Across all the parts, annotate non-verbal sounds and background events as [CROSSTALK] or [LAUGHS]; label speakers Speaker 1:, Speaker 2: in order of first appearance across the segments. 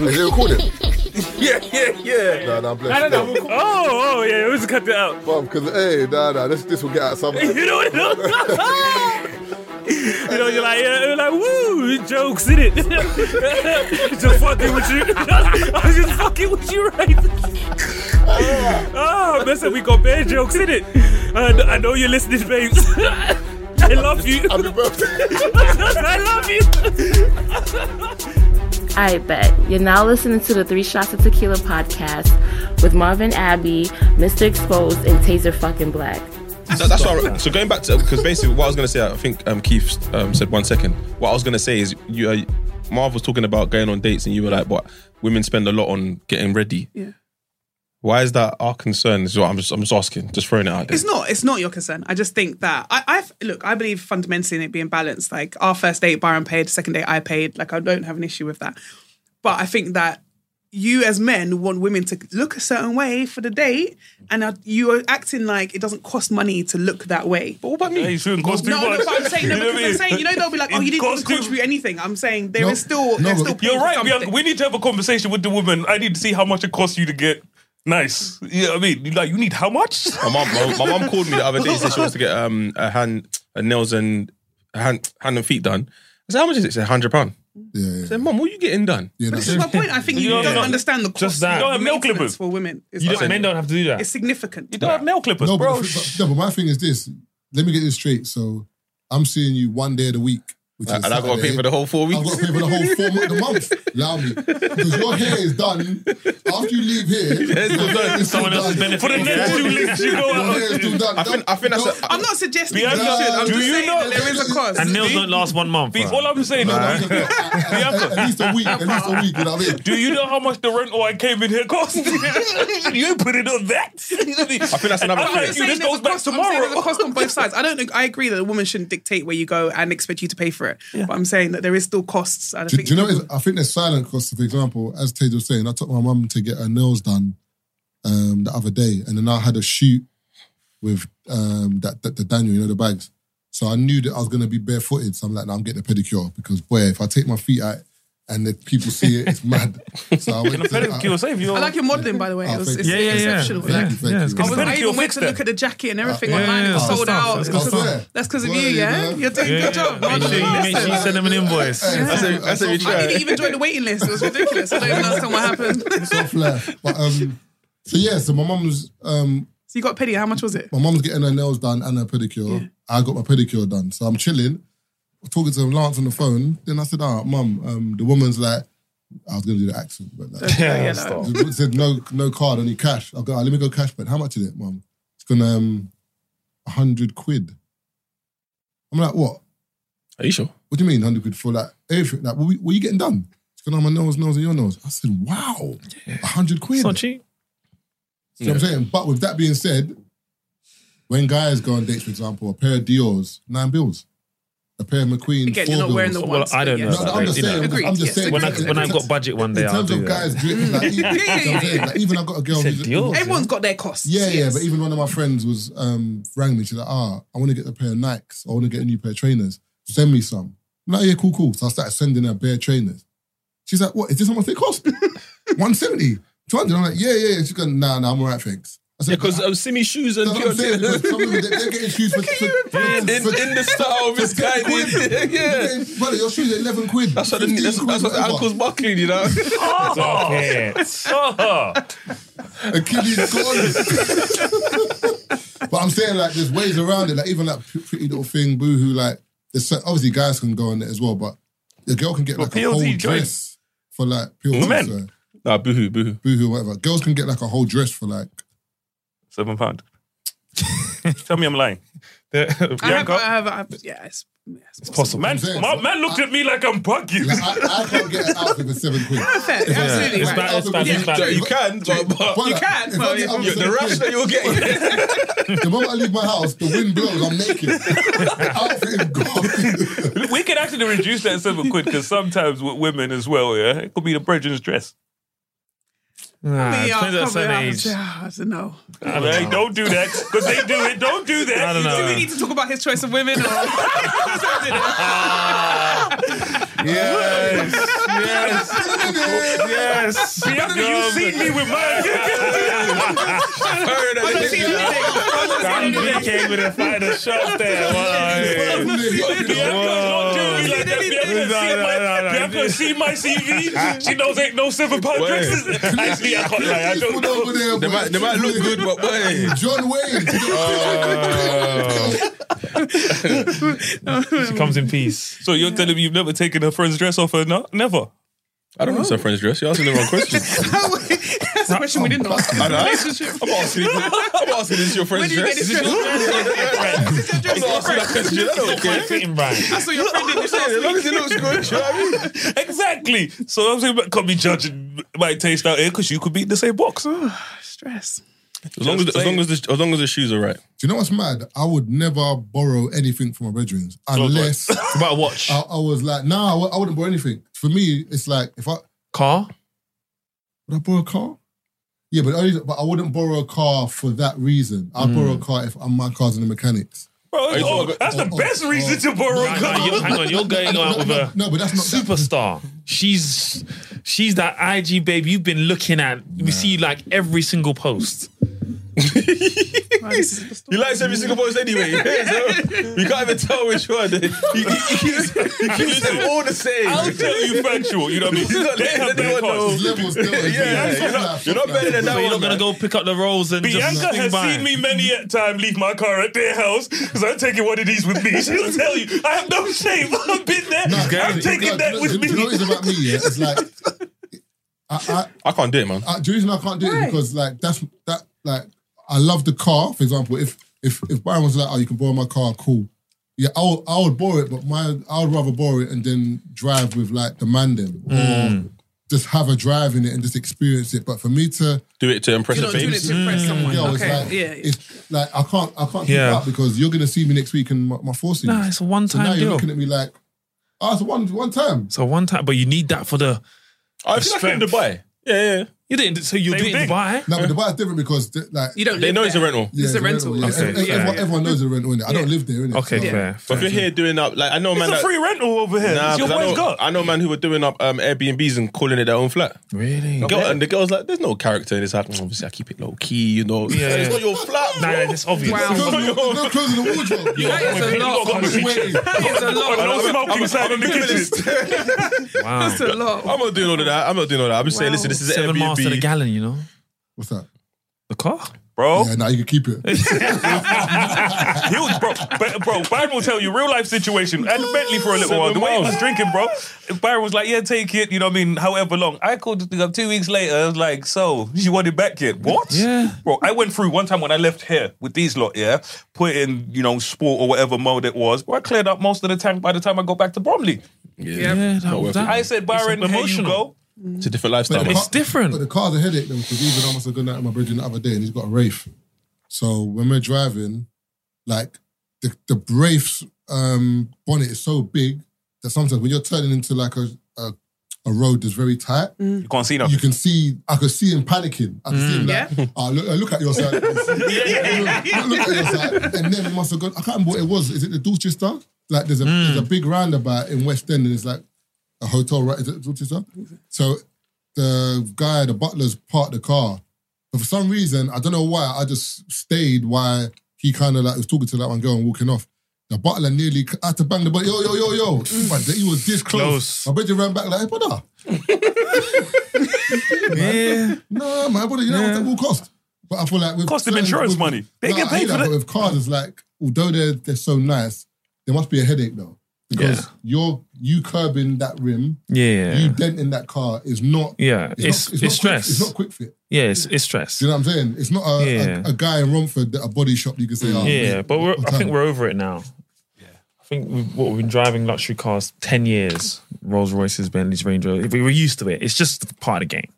Speaker 1: Is it
Speaker 2: [LAUGHS]
Speaker 1: recording?
Speaker 3: Yeah, yeah, yeah.
Speaker 1: nah, nah, bless.
Speaker 2: No, no, no.
Speaker 1: No,
Speaker 2: we'll call- Oh, oh, yeah. We'll just cut that out.
Speaker 1: because hey, nah, nah, this this will get
Speaker 2: [LAUGHS]
Speaker 1: out something.
Speaker 2: You know what? You know, you're like, yeah, you're like, woo, jokes in it. [LAUGHS] just fucking with you. [LAUGHS] I was just fucking with you, right? [LAUGHS] oh, listen, we got bad jokes in it. I, I know you're listening, babes. [LAUGHS] I love you.
Speaker 1: Happy birthday.
Speaker 2: I love you.
Speaker 4: I bet. You're now listening to the Three Shots of Tequila podcast with Marvin Abbey, Mr. Exposed, and Taser fucking Black.
Speaker 3: That- that's what I, so going back to because basically what I was going to say, I think um, Keith um, said one second. What I was going to say is you, uh, Marv was talking about going on dates, and you were like, "But women spend a lot on getting ready." Yeah. Why is that our concern? Is what I'm just I'm just asking, just throwing it out there.
Speaker 5: It's not. It's not your concern. I just think that I I've, look. I believe fundamentally in it being balanced. Like our first date, Byron paid. Second date, I paid. Like I don't have an issue with that. But I think that you as men want women to look a certain way for the date, and are- you are acting like it doesn't cost money to look that way.
Speaker 3: But what about me?
Speaker 2: Hey, shouldn't cost too
Speaker 5: No, no,
Speaker 2: much.
Speaker 5: but I'm saying, no,
Speaker 2: You know what
Speaker 5: because
Speaker 2: I
Speaker 5: I'm
Speaker 2: mean?
Speaker 5: saying, you know, they'll be like, oh, you
Speaker 2: It
Speaker 5: didn't
Speaker 2: costs
Speaker 5: even
Speaker 2: too-
Speaker 5: contribute anything. I'm saying there is
Speaker 1: No,
Speaker 5: still,
Speaker 1: no,
Speaker 5: there's
Speaker 1: but
Speaker 5: still.
Speaker 2: You're
Speaker 5: paid
Speaker 2: right. We, are,
Speaker 5: something.
Speaker 2: we need to have a conversation with the woman. I need to see how much it costs you to get nice. You know what I mean? Like, you need how much?
Speaker 3: My mom, my, my mom called me the other day. She said she wants to get um a hand, a nails and a hand, hand and feet done. I said, "How much is it?" She said, hundred pound."
Speaker 1: Yeah,
Speaker 3: I
Speaker 1: yeah.
Speaker 3: said, "Mom, what are you getting done?"
Speaker 1: yeah
Speaker 5: This
Speaker 1: that's
Speaker 5: is my point. I think you,
Speaker 2: don't
Speaker 5: don't
Speaker 2: know.
Speaker 5: understand the cost.
Speaker 6: Just that.
Speaker 5: of
Speaker 6: You don't
Speaker 2: have nail
Speaker 5: maintenance
Speaker 2: clippers.
Speaker 5: for women. It's
Speaker 6: You
Speaker 5: like-
Speaker 6: don't, men don't have to do that.
Speaker 5: It's significant.
Speaker 2: You don't have nail clippers,
Speaker 1: No, but,
Speaker 2: bro.
Speaker 1: the thing- but- no, but my thing is this. Let me get this straight. So I'm seeing you one day of the week, which
Speaker 3: And
Speaker 1: is
Speaker 3: I got to pay for the whole four
Speaker 1: I've
Speaker 3: weeks.
Speaker 1: got [LAUGHS] to pay for the whole four month, the month. Allow me, because your hair is done after you leave here.
Speaker 3: it's
Speaker 1: your
Speaker 3: done.
Speaker 1: hair is
Speaker 6: Someone
Speaker 1: still
Speaker 6: else's
Speaker 1: done.
Speaker 6: benefit.
Speaker 2: For the next two links, you go
Speaker 1: Your hair is
Speaker 2: out.
Speaker 1: still done.
Speaker 3: I think I think that's.
Speaker 5: [LAUGHS]
Speaker 3: A,
Speaker 5: I'm not suggesting
Speaker 2: Bianca,
Speaker 5: you should. I'm
Speaker 1: do
Speaker 5: just
Speaker 2: you
Speaker 5: saying
Speaker 2: know-
Speaker 5: that there is a cost.
Speaker 6: and nails
Speaker 2: the-
Speaker 6: don't last one month.
Speaker 2: The-
Speaker 6: bruh.
Speaker 2: All I'm saying is,
Speaker 1: No, no, no, at, at- at least a week. At least a week. You know what I mean?
Speaker 2: do you know how much the rent or I came in here
Speaker 5: [LAUGHS]
Speaker 2: cost? you ain't put it on that.
Speaker 3: I think that's another
Speaker 2: I'm
Speaker 3: thing.
Speaker 5: I'm
Speaker 2: like, you,
Speaker 5: saying
Speaker 2: this
Speaker 5: there's
Speaker 2: goes
Speaker 5: a
Speaker 2: back
Speaker 5: cost- I'm saying there's a
Speaker 2: [LAUGHS] tomorrow.
Speaker 5: cost on both sides. I don't. I agree that a woman shouldn't dictate where you go and expect you to pay for it. But I'm saying that there is still costs. I
Speaker 1: Do,
Speaker 5: think
Speaker 1: do you know? What it is? I think there's silent costs. For example, as Tej was saying, I took my mum to get her nails done um, the other day, and then I had a shoot with um, that, that the Daniel, you know, the bags. So I knew that I was going to be barefooted. So I'm like, no, I'm getting a pedicure because boy, if I take my feet out and the people see it, it's mad. So I went. uh,
Speaker 2: And a pedicure save you.
Speaker 5: I like your modeling, by the way.
Speaker 1: Oh,
Speaker 5: It was,
Speaker 1: thank
Speaker 5: it's
Speaker 1: you.
Speaker 6: yeah, yeah, yeah.
Speaker 5: exceptional.
Speaker 6: yeah.
Speaker 1: Thank you, thank
Speaker 6: yeah, it's
Speaker 1: you.
Speaker 6: good
Speaker 1: I was
Speaker 6: stuff.
Speaker 5: I
Speaker 2: Pedicure
Speaker 5: even went
Speaker 2: fixed
Speaker 5: to
Speaker 2: it.
Speaker 5: look at the jacket and everything
Speaker 1: Yeah,
Speaker 5: online.
Speaker 6: yeah,
Speaker 5: It was
Speaker 6: yeah.
Speaker 5: sold
Speaker 1: I
Speaker 5: out.
Speaker 1: swear,
Speaker 5: It was
Speaker 1: I
Speaker 5: because
Speaker 1: swear.
Speaker 5: of, that's because of
Speaker 1: Well,
Speaker 5: you,
Speaker 1: you
Speaker 5: yeah?
Speaker 1: know.
Speaker 5: You're doing a
Speaker 6: Yeah,
Speaker 5: good
Speaker 6: yeah.
Speaker 5: job.
Speaker 6: Make sure you,
Speaker 5: man.
Speaker 6: make sure you send them an invoice.
Speaker 3: That's a, that's a
Speaker 5: I didn't
Speaker 3: try.
Speaker 5: even join the waiting list. It was ridiculous. I don't even understand what happened. so
Speaker 1: Soft laugh. But um, so yeah, so my mum was um,
Speaker 5: you got pity. How much was it?
Speaker 1: my mum's getting her nails done and her pedicure. I got my pedicure done. So I'm chilling, talking to Lance on the phone. Then I said, ah, mum, um, the woman's like, I was going to do the accent, but like,
Speaker 6: Yeah,
Speaker 5: Yeah,
Speaker 6: stop.
Speaker 1: she said, no no card, only cash. I go, ah, let me go cash, but how much is it, mum? It's going to, um, 100 quid. I'm like, what?
Speaker 3: Are you sure?
Speaker 1: What do you mean, 100 quid for like everything? Like, what, we- what are you getting done? It's going on my nose, nose, and your nose. I said, wow, 100 quid.
Speaker 6: It's not cheap.
Speaker 1: See what I'm saying? But with that being said, when guys go on dates, for example, a pair of Dior's, nine bills. A pair of McQueen,
Speaker 5: Again,
Speaker 1: four
Speaker 5: you're not
Speaker 1: bills.
Speaker 5: wearing the
Speaker 6: Well,
Speaker 5: ones.
Speaker 6: I don't
Speaker 5: but
Speaker 6: know
Speaker 1: no,
Speaker 5: yes.
Speaker 1: no,
Speaker 6: about
Speaker 1: I'm
Speaker 6: that,
Speaker 1: just
Speaker 6: you know.
Speaker 1: saying.
Speaker 5: Agreed,
Speaker 1: I'm just
Speaker 5: yes,
Speaker 1: saying.
Speaker 5: agreed.
Speaker 6: When I
Speaker 1: in
Speaker 6: when I
Speaker 1: terms-
Speaker 6: got budget one day,
Speaker 1: in
Speaker 6: I'll
Speaker 1: terms
Speaker 6: do
Speaker 1: of
Speaker 6: that.
Speaker 1: guys, drinking,
Speaker 6: [LAUGHS]
Speaker 1: like, even,
Speaker 5: Yeah, yeah,
Speaker 1: you know what I'm
Speaker 5: yeah,
Speaker 1: saying?
Speaker 5: yeah.
Speaker 1: Like, even I've got a girl.
Speaker 6: said
Speaker 1: who's-
Speaker 6: Dior's,
Speaker 1: who's-
Speaker 5: Everyone's got their costs.
Speaker 1: yeah, yeah.
Speaker 5: yes.
Speaker 1: But even one of my friends was um, rang me. She's like, "Ah, I want to get a pair of Nikes. I want to get a new pair of trainers. Send me some." I'm like, "Yeah, cool, cool." So I started sending her bare trainers. She's like, "What? Is this how much they [LAUGHS] cost? 170, 200?" I'm like, "Yeah, yeah." yeah." She's going, "Nah, nah, I'm alright, thanks." I said,
Speaker 3: Because of Simi shoes and
Speaker 1: that's what I'm saying. because some of them, they- they're getting shoes for, for, for,
Speaker 3: in, in [LAUGHS] the style of this guy did. Yeah.
Speaker 1: they're getting- brother, your shoes are eleven quid.
Speaker 3: That's what, the, that's, that's what the uncle's buckling, you know?
Speaker 6: Okay. [LAUGHS]
Speaker 2: Oh,
Speaker 1: Achilles gone.
Speaker 3: [LAUGHS]
Speaker 1: but I'm saying like there's ways around it. Like even like p- pretty little thing, boohoo. Like there's so- obviously guys can go on it as well, but the girl can get like a whole
Speaker 2: PLT joints.
Speaker 1: dress for like pure
Speaker 2: Men.
Speaker 3: [LAUGHS] nah, boohoo, boohoo.
Speaker 1: boohoo, whatever. Girls can get like a whole dress for like.
Speaker 2: seven pound. Tell me I'm lying.
Speaker 3: [LAUGHS]
Speaker 5: I have,
Speaker 2: Bianca?
Speaker 5: I have, I have, yeah, it's, yeah, it's possible.
Speaker 2: Man,
Speaker 1: I'm saying,
Speaker 2: my,
Speaker 1: so
Speaker 2: man looked at me like I'm bugging.
Speaker 1: Like, I, I can't get an outfit for seven quid.
Speaker 5: Fair, absolutely
Speaker 6: It's
Speaker 5: right.
Speaker 6: bad, it's bad, it's
Speaker 1: Yeah.
Speaker 3: You
Speaker 6: bad.
Speaker 3: can, but, but
Speaker 1: But,
Speaker 5: You
Speaker 1: like,
Speaker 5: can,
Speaker 1: if I
Speaker 5: but
Speaker 1: get
Speaker 5: you-
Speaker 1: outfit
Speaker 3: you-
Speaker 1: for
Speaker 3: the
Speaker 1: seven quid,
Speaker 3: rash that you'll [LAUGHS] get.
Speaker 1: The moment I leave my house, the wind blows, I'm naked. The outfit is gone.
Speaker 2: [LAUGHS] We can actually reduce that seven quid because sometimes with women as well, yeah, it could be the brethren's dress.
Speaker 6: Nah,
Speaker 5: We
Speaker 6: it
Speaker 5: are
Speaker 6: depends on
Speaker 5: probably-
Speaker 6: certain
Speaker 5: I
Speaker 6: age.
Speaker 5: don't- I don't know.
Speaker 2: Hey, don't do that because they do it. Don't do that.
Speaker 6: I don't
Speaker 5: Do we
Speaker 6: know.
Speaker 5: need to talk about his choice of women? Or? [LAUGHS]
Speaker 6: Yes, yes, yes.
Speaker 3: [LAUGHS]
Speaker 7: Yes.
Speaker 2: you seen me with [LAUGHS] mine.
Speaker 7: I'm came with a fighter shot there. Wow, yeah.
Speaker 2: Bianca see my CV.
Speaker 7: [LAUGHS]
Speaker 2: She knows ain't no silver pound
Speaker 3: Wait.
Speaker 2: dresses. Actually, I can't lie. I don't know.
Speaker 3: They might, they might look good, but boy.
Speaker 1: John Wayne.
Speaker 7: She comes in peace.
Speaker 2: So you're telling me you've never taken a friend's dress off her? No, never.
Speaker 3: I don't know it's a French dress. You're asking the wrong question.
Speaker 5: That's a question we didn't ask.
Speaker 3: [LAUGHS] I know. I'm asking, I'm asking, is this your
Speaker 5: Where
Speaker 3: French
Speaker 5: do you
Speaker 3: dress?
Speaker 5: get
Speaker 3: Is
Speaker 5: this
Speaker 3: this
Speaker 5: dress?
Speaker 3: your [LAUGHS] I'm
Speaker 5: Is this your
Speaker 3: not asking that
Speaker 5: dress?
Speaker 3: question. I don't care.
Speaker 7: Fitting brand.
Speaker 5: I saw your friend in the
Speaker 3: As long as it
Speaker 5: shop.
Speaker 3: looks good, you know what I mean?
Speaker 2: Exactly. So I'm saying, but can't be judging my taste out here because you could be in the
Speaker 7: [SIGHS]
Speaker 2: same box.
Speaker 5: Stress.
Speaker 3: As long as, as, long as, the, as long as the shoes are right.
Speaker 1: Do you know what's mad? I would never borrow anything from my bedrooms unless I,
Speaker 7: About a watch.
Speaker 1: I was like, nah, I w- I wouldn't borrow anything. For me, it's like if I
Speaker 7: Car.
Speaker 1: would I borrow a car? Yeah, but only, but I wouldn't borrow a car for that reason. I'd borrow
Speaker 7: Hmm.
Speaker 1: a car if um, my car's in the mechanics.
Speaker 2: Bro,
Speaker 3: you
Speaker 2: oh,
Speaker 3: talking-
Speaker 2: that's the
Speaker 1: oh,
Speaker 2: best
Speaker 1: oh,
Speaker 2: reason to borrow a
Speaker 7: Hang on,
Speaker 2: car.
Speaker 7: you- hang on, you're going
Speaker 1: No,
Speaker 7: out
Speaker 1: no,
Speaker 7: with
Speaker 1: no,
Speaker 7: a
Speaker 1: no, but that's not that-
Speaker 7: superstar. She's she's that IG babe you've been looking at. We see like every single post.
Speaker 5: Wow, this is the story.
Speaker 3: He likes every single post anyway. so you can't even tell which one. He, he, he keeps, he keeps them all the same.
Speaker 2: I'll tell you factual. You know what I mean?
Speaker 3: He's not
Speaker 2: They
Speaker 3: letting
Speaker 2: have their
Speaker 3: anyone
Speaker 2: cars.
Speaker 3: know.
Speaker 1: It's levels still.
Speaker 3: Yeah, yeah,
Speaker 1: Fuck that,
Speaker 3: you're not, you're
Speaker 1: fuck that.
Speaker 3: not better than that
Speaker 7: So you're
Speaker 3: one.
Speaker 7: not gonna
Speaker 3: man.
Speaker 7: go pick up the rolls and just
Speaker 2: Bianca
Speaker 7: swing
Speaker 2: has
Speaker 7: by.
Speaker 2: seen me many a time leave my car at their house because I'm taking one of these with me. [LAUGHS] She'll tell you, I have no shame. [LAUGHS] I've been there. I'm taking
Speaker 1: No,
Speaker 2: that
Speaker 1: do you know-
Speaker 2: with
Speaker 1: do
Speaker 2: me.
Speaker 1: you know what it's about me? Yeah? It's
Speaker 3: [LAUGHS]
Speaker 1: like I, I,
Speaker 3: I can't do it, man.
Speaker 1: I, the reason I can't do it is because like that's that like I love the car. For example, if if if Byron was like, "Oh, you can borrow my car," cool. Yeah, I would, I would borrow it, but my I would rather borrow it and then drive with like the man them
Speaker 3: Hmm.
Speaker 1: or just have a drive in it and just experience it. But for me to
Speaker 3: Do it to impress
Speaker 5: You're
Speaker 3: the
Speaker 5: not doing it
Speaker 3: babes.
Speaker 5: to impress someone.
Speaker 1: yo, it's
Speaker 5: Okay.
Speaker 1: like
Speaker 5: Yeah. yeah.
Speaker 1: it's like I can't I can't keep
Speaker 7: Yeah.
Speaker 1: up because you're gonna see me next week in my, my four series.
Speaker 7: Nah, it's a
Speaker 1: so now
Speaker 7: one-time
Speaker 1: you're
Speaker 7: deal.
Speaker 1: looking at me like, oh, it's one one time.
Speaker 7: So one time, but you need that for the
Speaker 3: I feel like in
Speaker 7: Strength.
Speaker 3: Dubai. Yeah, yeah.
Speaker 7: you didn't. So you
Speaker 2: Same
Speaker 7: didn't
Speaker 2: thing.
Speaker 7: buy.
Speaker 1: No, but Dubai's different because th- like
Speaker 5: You don't
Speaker 3: They
Speaker 5: live
Speaker 3: know it's a
Speaker 5: there.
Speaker 3: rental.
Speaker 1: Yeah,
Speaker 5: It's a rental.
Speaker 1: yeah.
Speaker 5: Okay,
Speaker 1: Everyone-
Speaker 7: yeah.
Speaker 1: everyone, everyone knows the rental, innit? I don't live there, innit?
Speaker 7: Okay,
Speaker 1: So-
Speaker 7: fair.
Speaker 3: But if
Speaker 7: fair.
Speaker 3: you're here doing up, like I know, man.
Speaker 2: It's a
Speaker 3: that-
Speaker 2: free rental over here.
Speaker 3: Nah,
Speaker 2: it's your
Speaker 3: 'cause I
Speaker 2: wife's
Speaker 3: know,
Speaker 2: got.
Speaker 3: I know man who were doing up um, Airbnbs and calling it their own flat.
Speaker 7: really.
Speaker 3: Girl, and the girl's like, there's no character in this. Like, "Mm, obviously, I keep it low key, you know.
Speaker 7: Yeah, yeah.
Speaker 3: it's not your flat,
Speaker 7: Nah,
Speaker 3: bro.
Speaker 7: it's obvious.
Speaker 5: Wow.
Speaker 1: There's No clothes in the wardrobe.
Speaker 5: [LAUGHS] That is a lot.
Speaker 7: Got me.
Speaker 5: That is a lot.
Speaker 2: No smoking sign in the kitchen.
Speaker 7: Wow.
Speaker 5: That's a lot.
Speaker 3: I'm not doing all of that. I'm not doing all of that. I'm just saying,
Speaker 5: Wow.
Speaker 3: listen, this is
Speaker 7: Seven
Speaker 3: Airbnb.
Speaker 7: miles to the gallon, you know.
Speaker 1: What's that?
Speaker 7: The car.
Speaker 2: Bro,
Speaker 7: Oh.
Speaker 1: Yeah, now you can keep it.
Speaker 2: Huge, bro. But, bro, Byron will tell you real life situation. And Bentley for a little
Speaker 3: Seven
Speaker 2: while. The way he was
Speaker 3: miles.
Speaker 2: drinking, bro. Byron was like, yeah, take it, you know what I mean, however long. I called this thing up two weeks later. I was like, so, you want it back yet? What?
Speaker 7: Yeah.
Speaker 2: Bro, I went through one time when I left here with these lot, yeah, put in, you know, sport or whatever mode it was. Bro, I cleared up most of the tank by the time I got back to Bromley.
Speaker 7: Yeah,
Speaker 3: Yeah,
Speaker 7: that
Speaker 3: Not
Speaker 7: was
Speaker 3: worth
Speaker 7: that.
Speaker 2: I said, Byron, here you
Speaker 7: emotional.
Speaker 2: go.
Speaker 3: It's a different lifestyle.
Speaker 1: the
Speaker 3: man.
Speaker 7: It's
Speaker 1: car-
Speaker 7: different.
Speaker 1: But the car's a headache though, because even I must have gone out with my brother the other day and he's got a Wraith. So when we're driving, like the the Wraith's um, bonnet is so big that sometimes when you're turning into like a a, a road that's very tight,
Speaker 2: You can't see
Speaker 1: you
Speaker 2: nothing.
Speaker 1: can see I could see him panicking. I could see him like,
Speaker 5: Yeah.
Speaker 1: "Ah, look, look at your side. look, look at your side. And then we must have gone, I can't remember what it was. Is it the Dorchester? Like there's a there's a big roundabout in West End and it's like a hotel, right? Is it Dorchester? So the guy, the butler's parked the car. But for some reason, I don't know why, I just stayed while he kind of like was talking to that one girl and walking off. The butler nearly I had to bang the butler. Yo, yo, yo, yo. Man, he was this close.
Speaker 7: Close.
Speaker 1: I bet you ran back like, hey, brother.
Speaker 7: Yeah.
Speaker 1: No, man, brother, you know what that will cost. But I feel like with
Speaker 2: Cost them
Speaker 1: certain-
Speaker 2: insurance
Speaker 1: with-
Speaker 2: money. They get
Speaker 1: I hear
Speaker 2: paid for
Speaker 1: But
Speaker 2: that.
Speaker 1: with cars, it's like although they're they're so nice, there must be a headache though because
Speaker 7: Yeah.
Speaker 1: you're you curbing that rim, you
Speaker 7: Yeah.
Speaker 1: denting that car is not.
Speaker 7: Yeah. It's
Speaker 1: not
Speaker 7: it's
Speaker 1: quick-
Speaker 7: stress.
Speaker 1: It's not quick fit.
Speaker 7: Yeah. It's it's stress.
Speaker 1: Do you know what I'm saying? It's not a,
Speaker 7: Yeah.
Speaker 1: a, a guy in Romford, that- a body shop. You can say, oh,
Speaker 7: Yeah,
Speaker 1: mate,
Speaker 7: but we're,
Speaker 1: what
Speaker 7: I think
Speaker 1: time?
Speaker 7: we're over it now. I think we've, what, we've been driving luxury cars ten years, Rolls Royces, Bentleys, Range Rovers. We were used to it. It's just part of the game.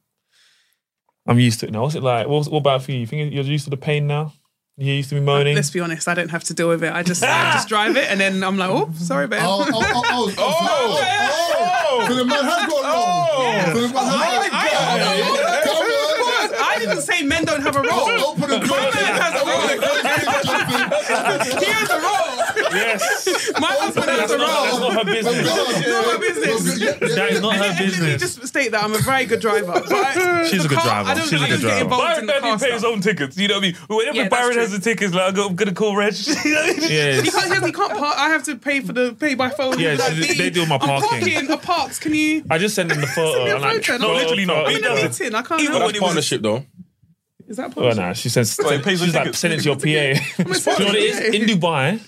Speaker 7: I'm used to it now. What's it like? What's, what about for you? You think you're used to the pain now? You used to be moaning. [LAUGHS]
Speaker 5: Let's be honest. I don't have to deal with it. I just, I just drive it, and then I'm like, oh, sorry, babe.
Speaker 1: [LAUGHS] Oh, oh, oh, oh, oh, oh, oh. So the man has got long. So the man has got
Speaker 5: I-
Speaker 1: Come on.
Speaker 5: [LAUGHS] I didn't say men don't have a role.
Speaker 1: Oh, Open the door.
Speaker 5: man has a
Speaker 1: Open the door.
Speaker 5: He has a role.
Speaker 7: yes,
Speaker 5: My husband has a
Speaker 7: That's
Speaker 5: role.
Speaker 7: not her
Speaker 1: Oh,
Speaker 7: business.
Speaker 1: God.
Speaker 5: Not my business.
Speaker 1: Yeah, yeah,
Speaker 7: That is
Speaker 1: yeah.
Speaker 7: not her
Speaker 5: And let
Speaker 7: [LAUGHS]
Speaker 5: me
Speaker 7: business.
Speaker 5: just state that I'm a very good driver. But I-
Speaker 7: She's
Speaker 5: the
Speaker 7: a good
Speaker 5: car-
Speaker 7: driver.
Speaker 5: I don't
Speaker 7: She's a
Speaker 5: I
Speaker 7: good
Speaker 5: don't get
Speaker 7: driver.
Speaker 5: involved
Speaker 7: Byron
Speaker 5: in the car
Speaker 7: Daddy pays his
Speaker 5: stuff.
Speaker 7: own tickets. You know what I mean? Whenever
Speaker 5: Yeah, that's
Speaker 7: Byron
Speaker 5: true.
Speaker 7: has the tickets, like, I'm gonna call
Speaker 2: [LAUGHS]
Speaker 7: Reg. You know what I mean?
Speaker 5: He
Speaker 7: Yeah.
Speaker 5: can't, he can't park. I have to pay for the pay by phone.
Speaker 7: Yeah,
Speaker 5: Like,
Speaker 7: she-
Speaker 5: B,
Speaker 7: they do my
Speaker 5: I'm
Speaker 7: parking.
Speaker 5: parking. I parks. Can you?
Speaker 7: I just sent him the photo.
Speaker 5: Send
Speaker 7: and
Speaker 5: me a
Speaker 7: like,
Speaker 5: photo.
Speaker 7: no,
Speaker 5: No,
Speaker 7: literally
Speaker 5: I'm
Speaker 7: not. He
Speaker 5: in a
Speaker 7: does it.
Speaker 5: meeting. I can't.
Speaker 7: Even
Speaker 5: help.
Speaker 7: when
Speaker 3: That's
Speaker 7: he was-
Speaker 3: partnership, though.
Speaker 5: Is that
Speaker 7: Oh,
Speaker 5: possible?
Speaker 7: no, she says,
Speaker 3: he pays the
Speaker 7: she's like,
Speaker 3: tickets.
Speaker 7: send it to your PA.
Speaker 5: Do
Speaker 7: Do you know what it is? In Dubai,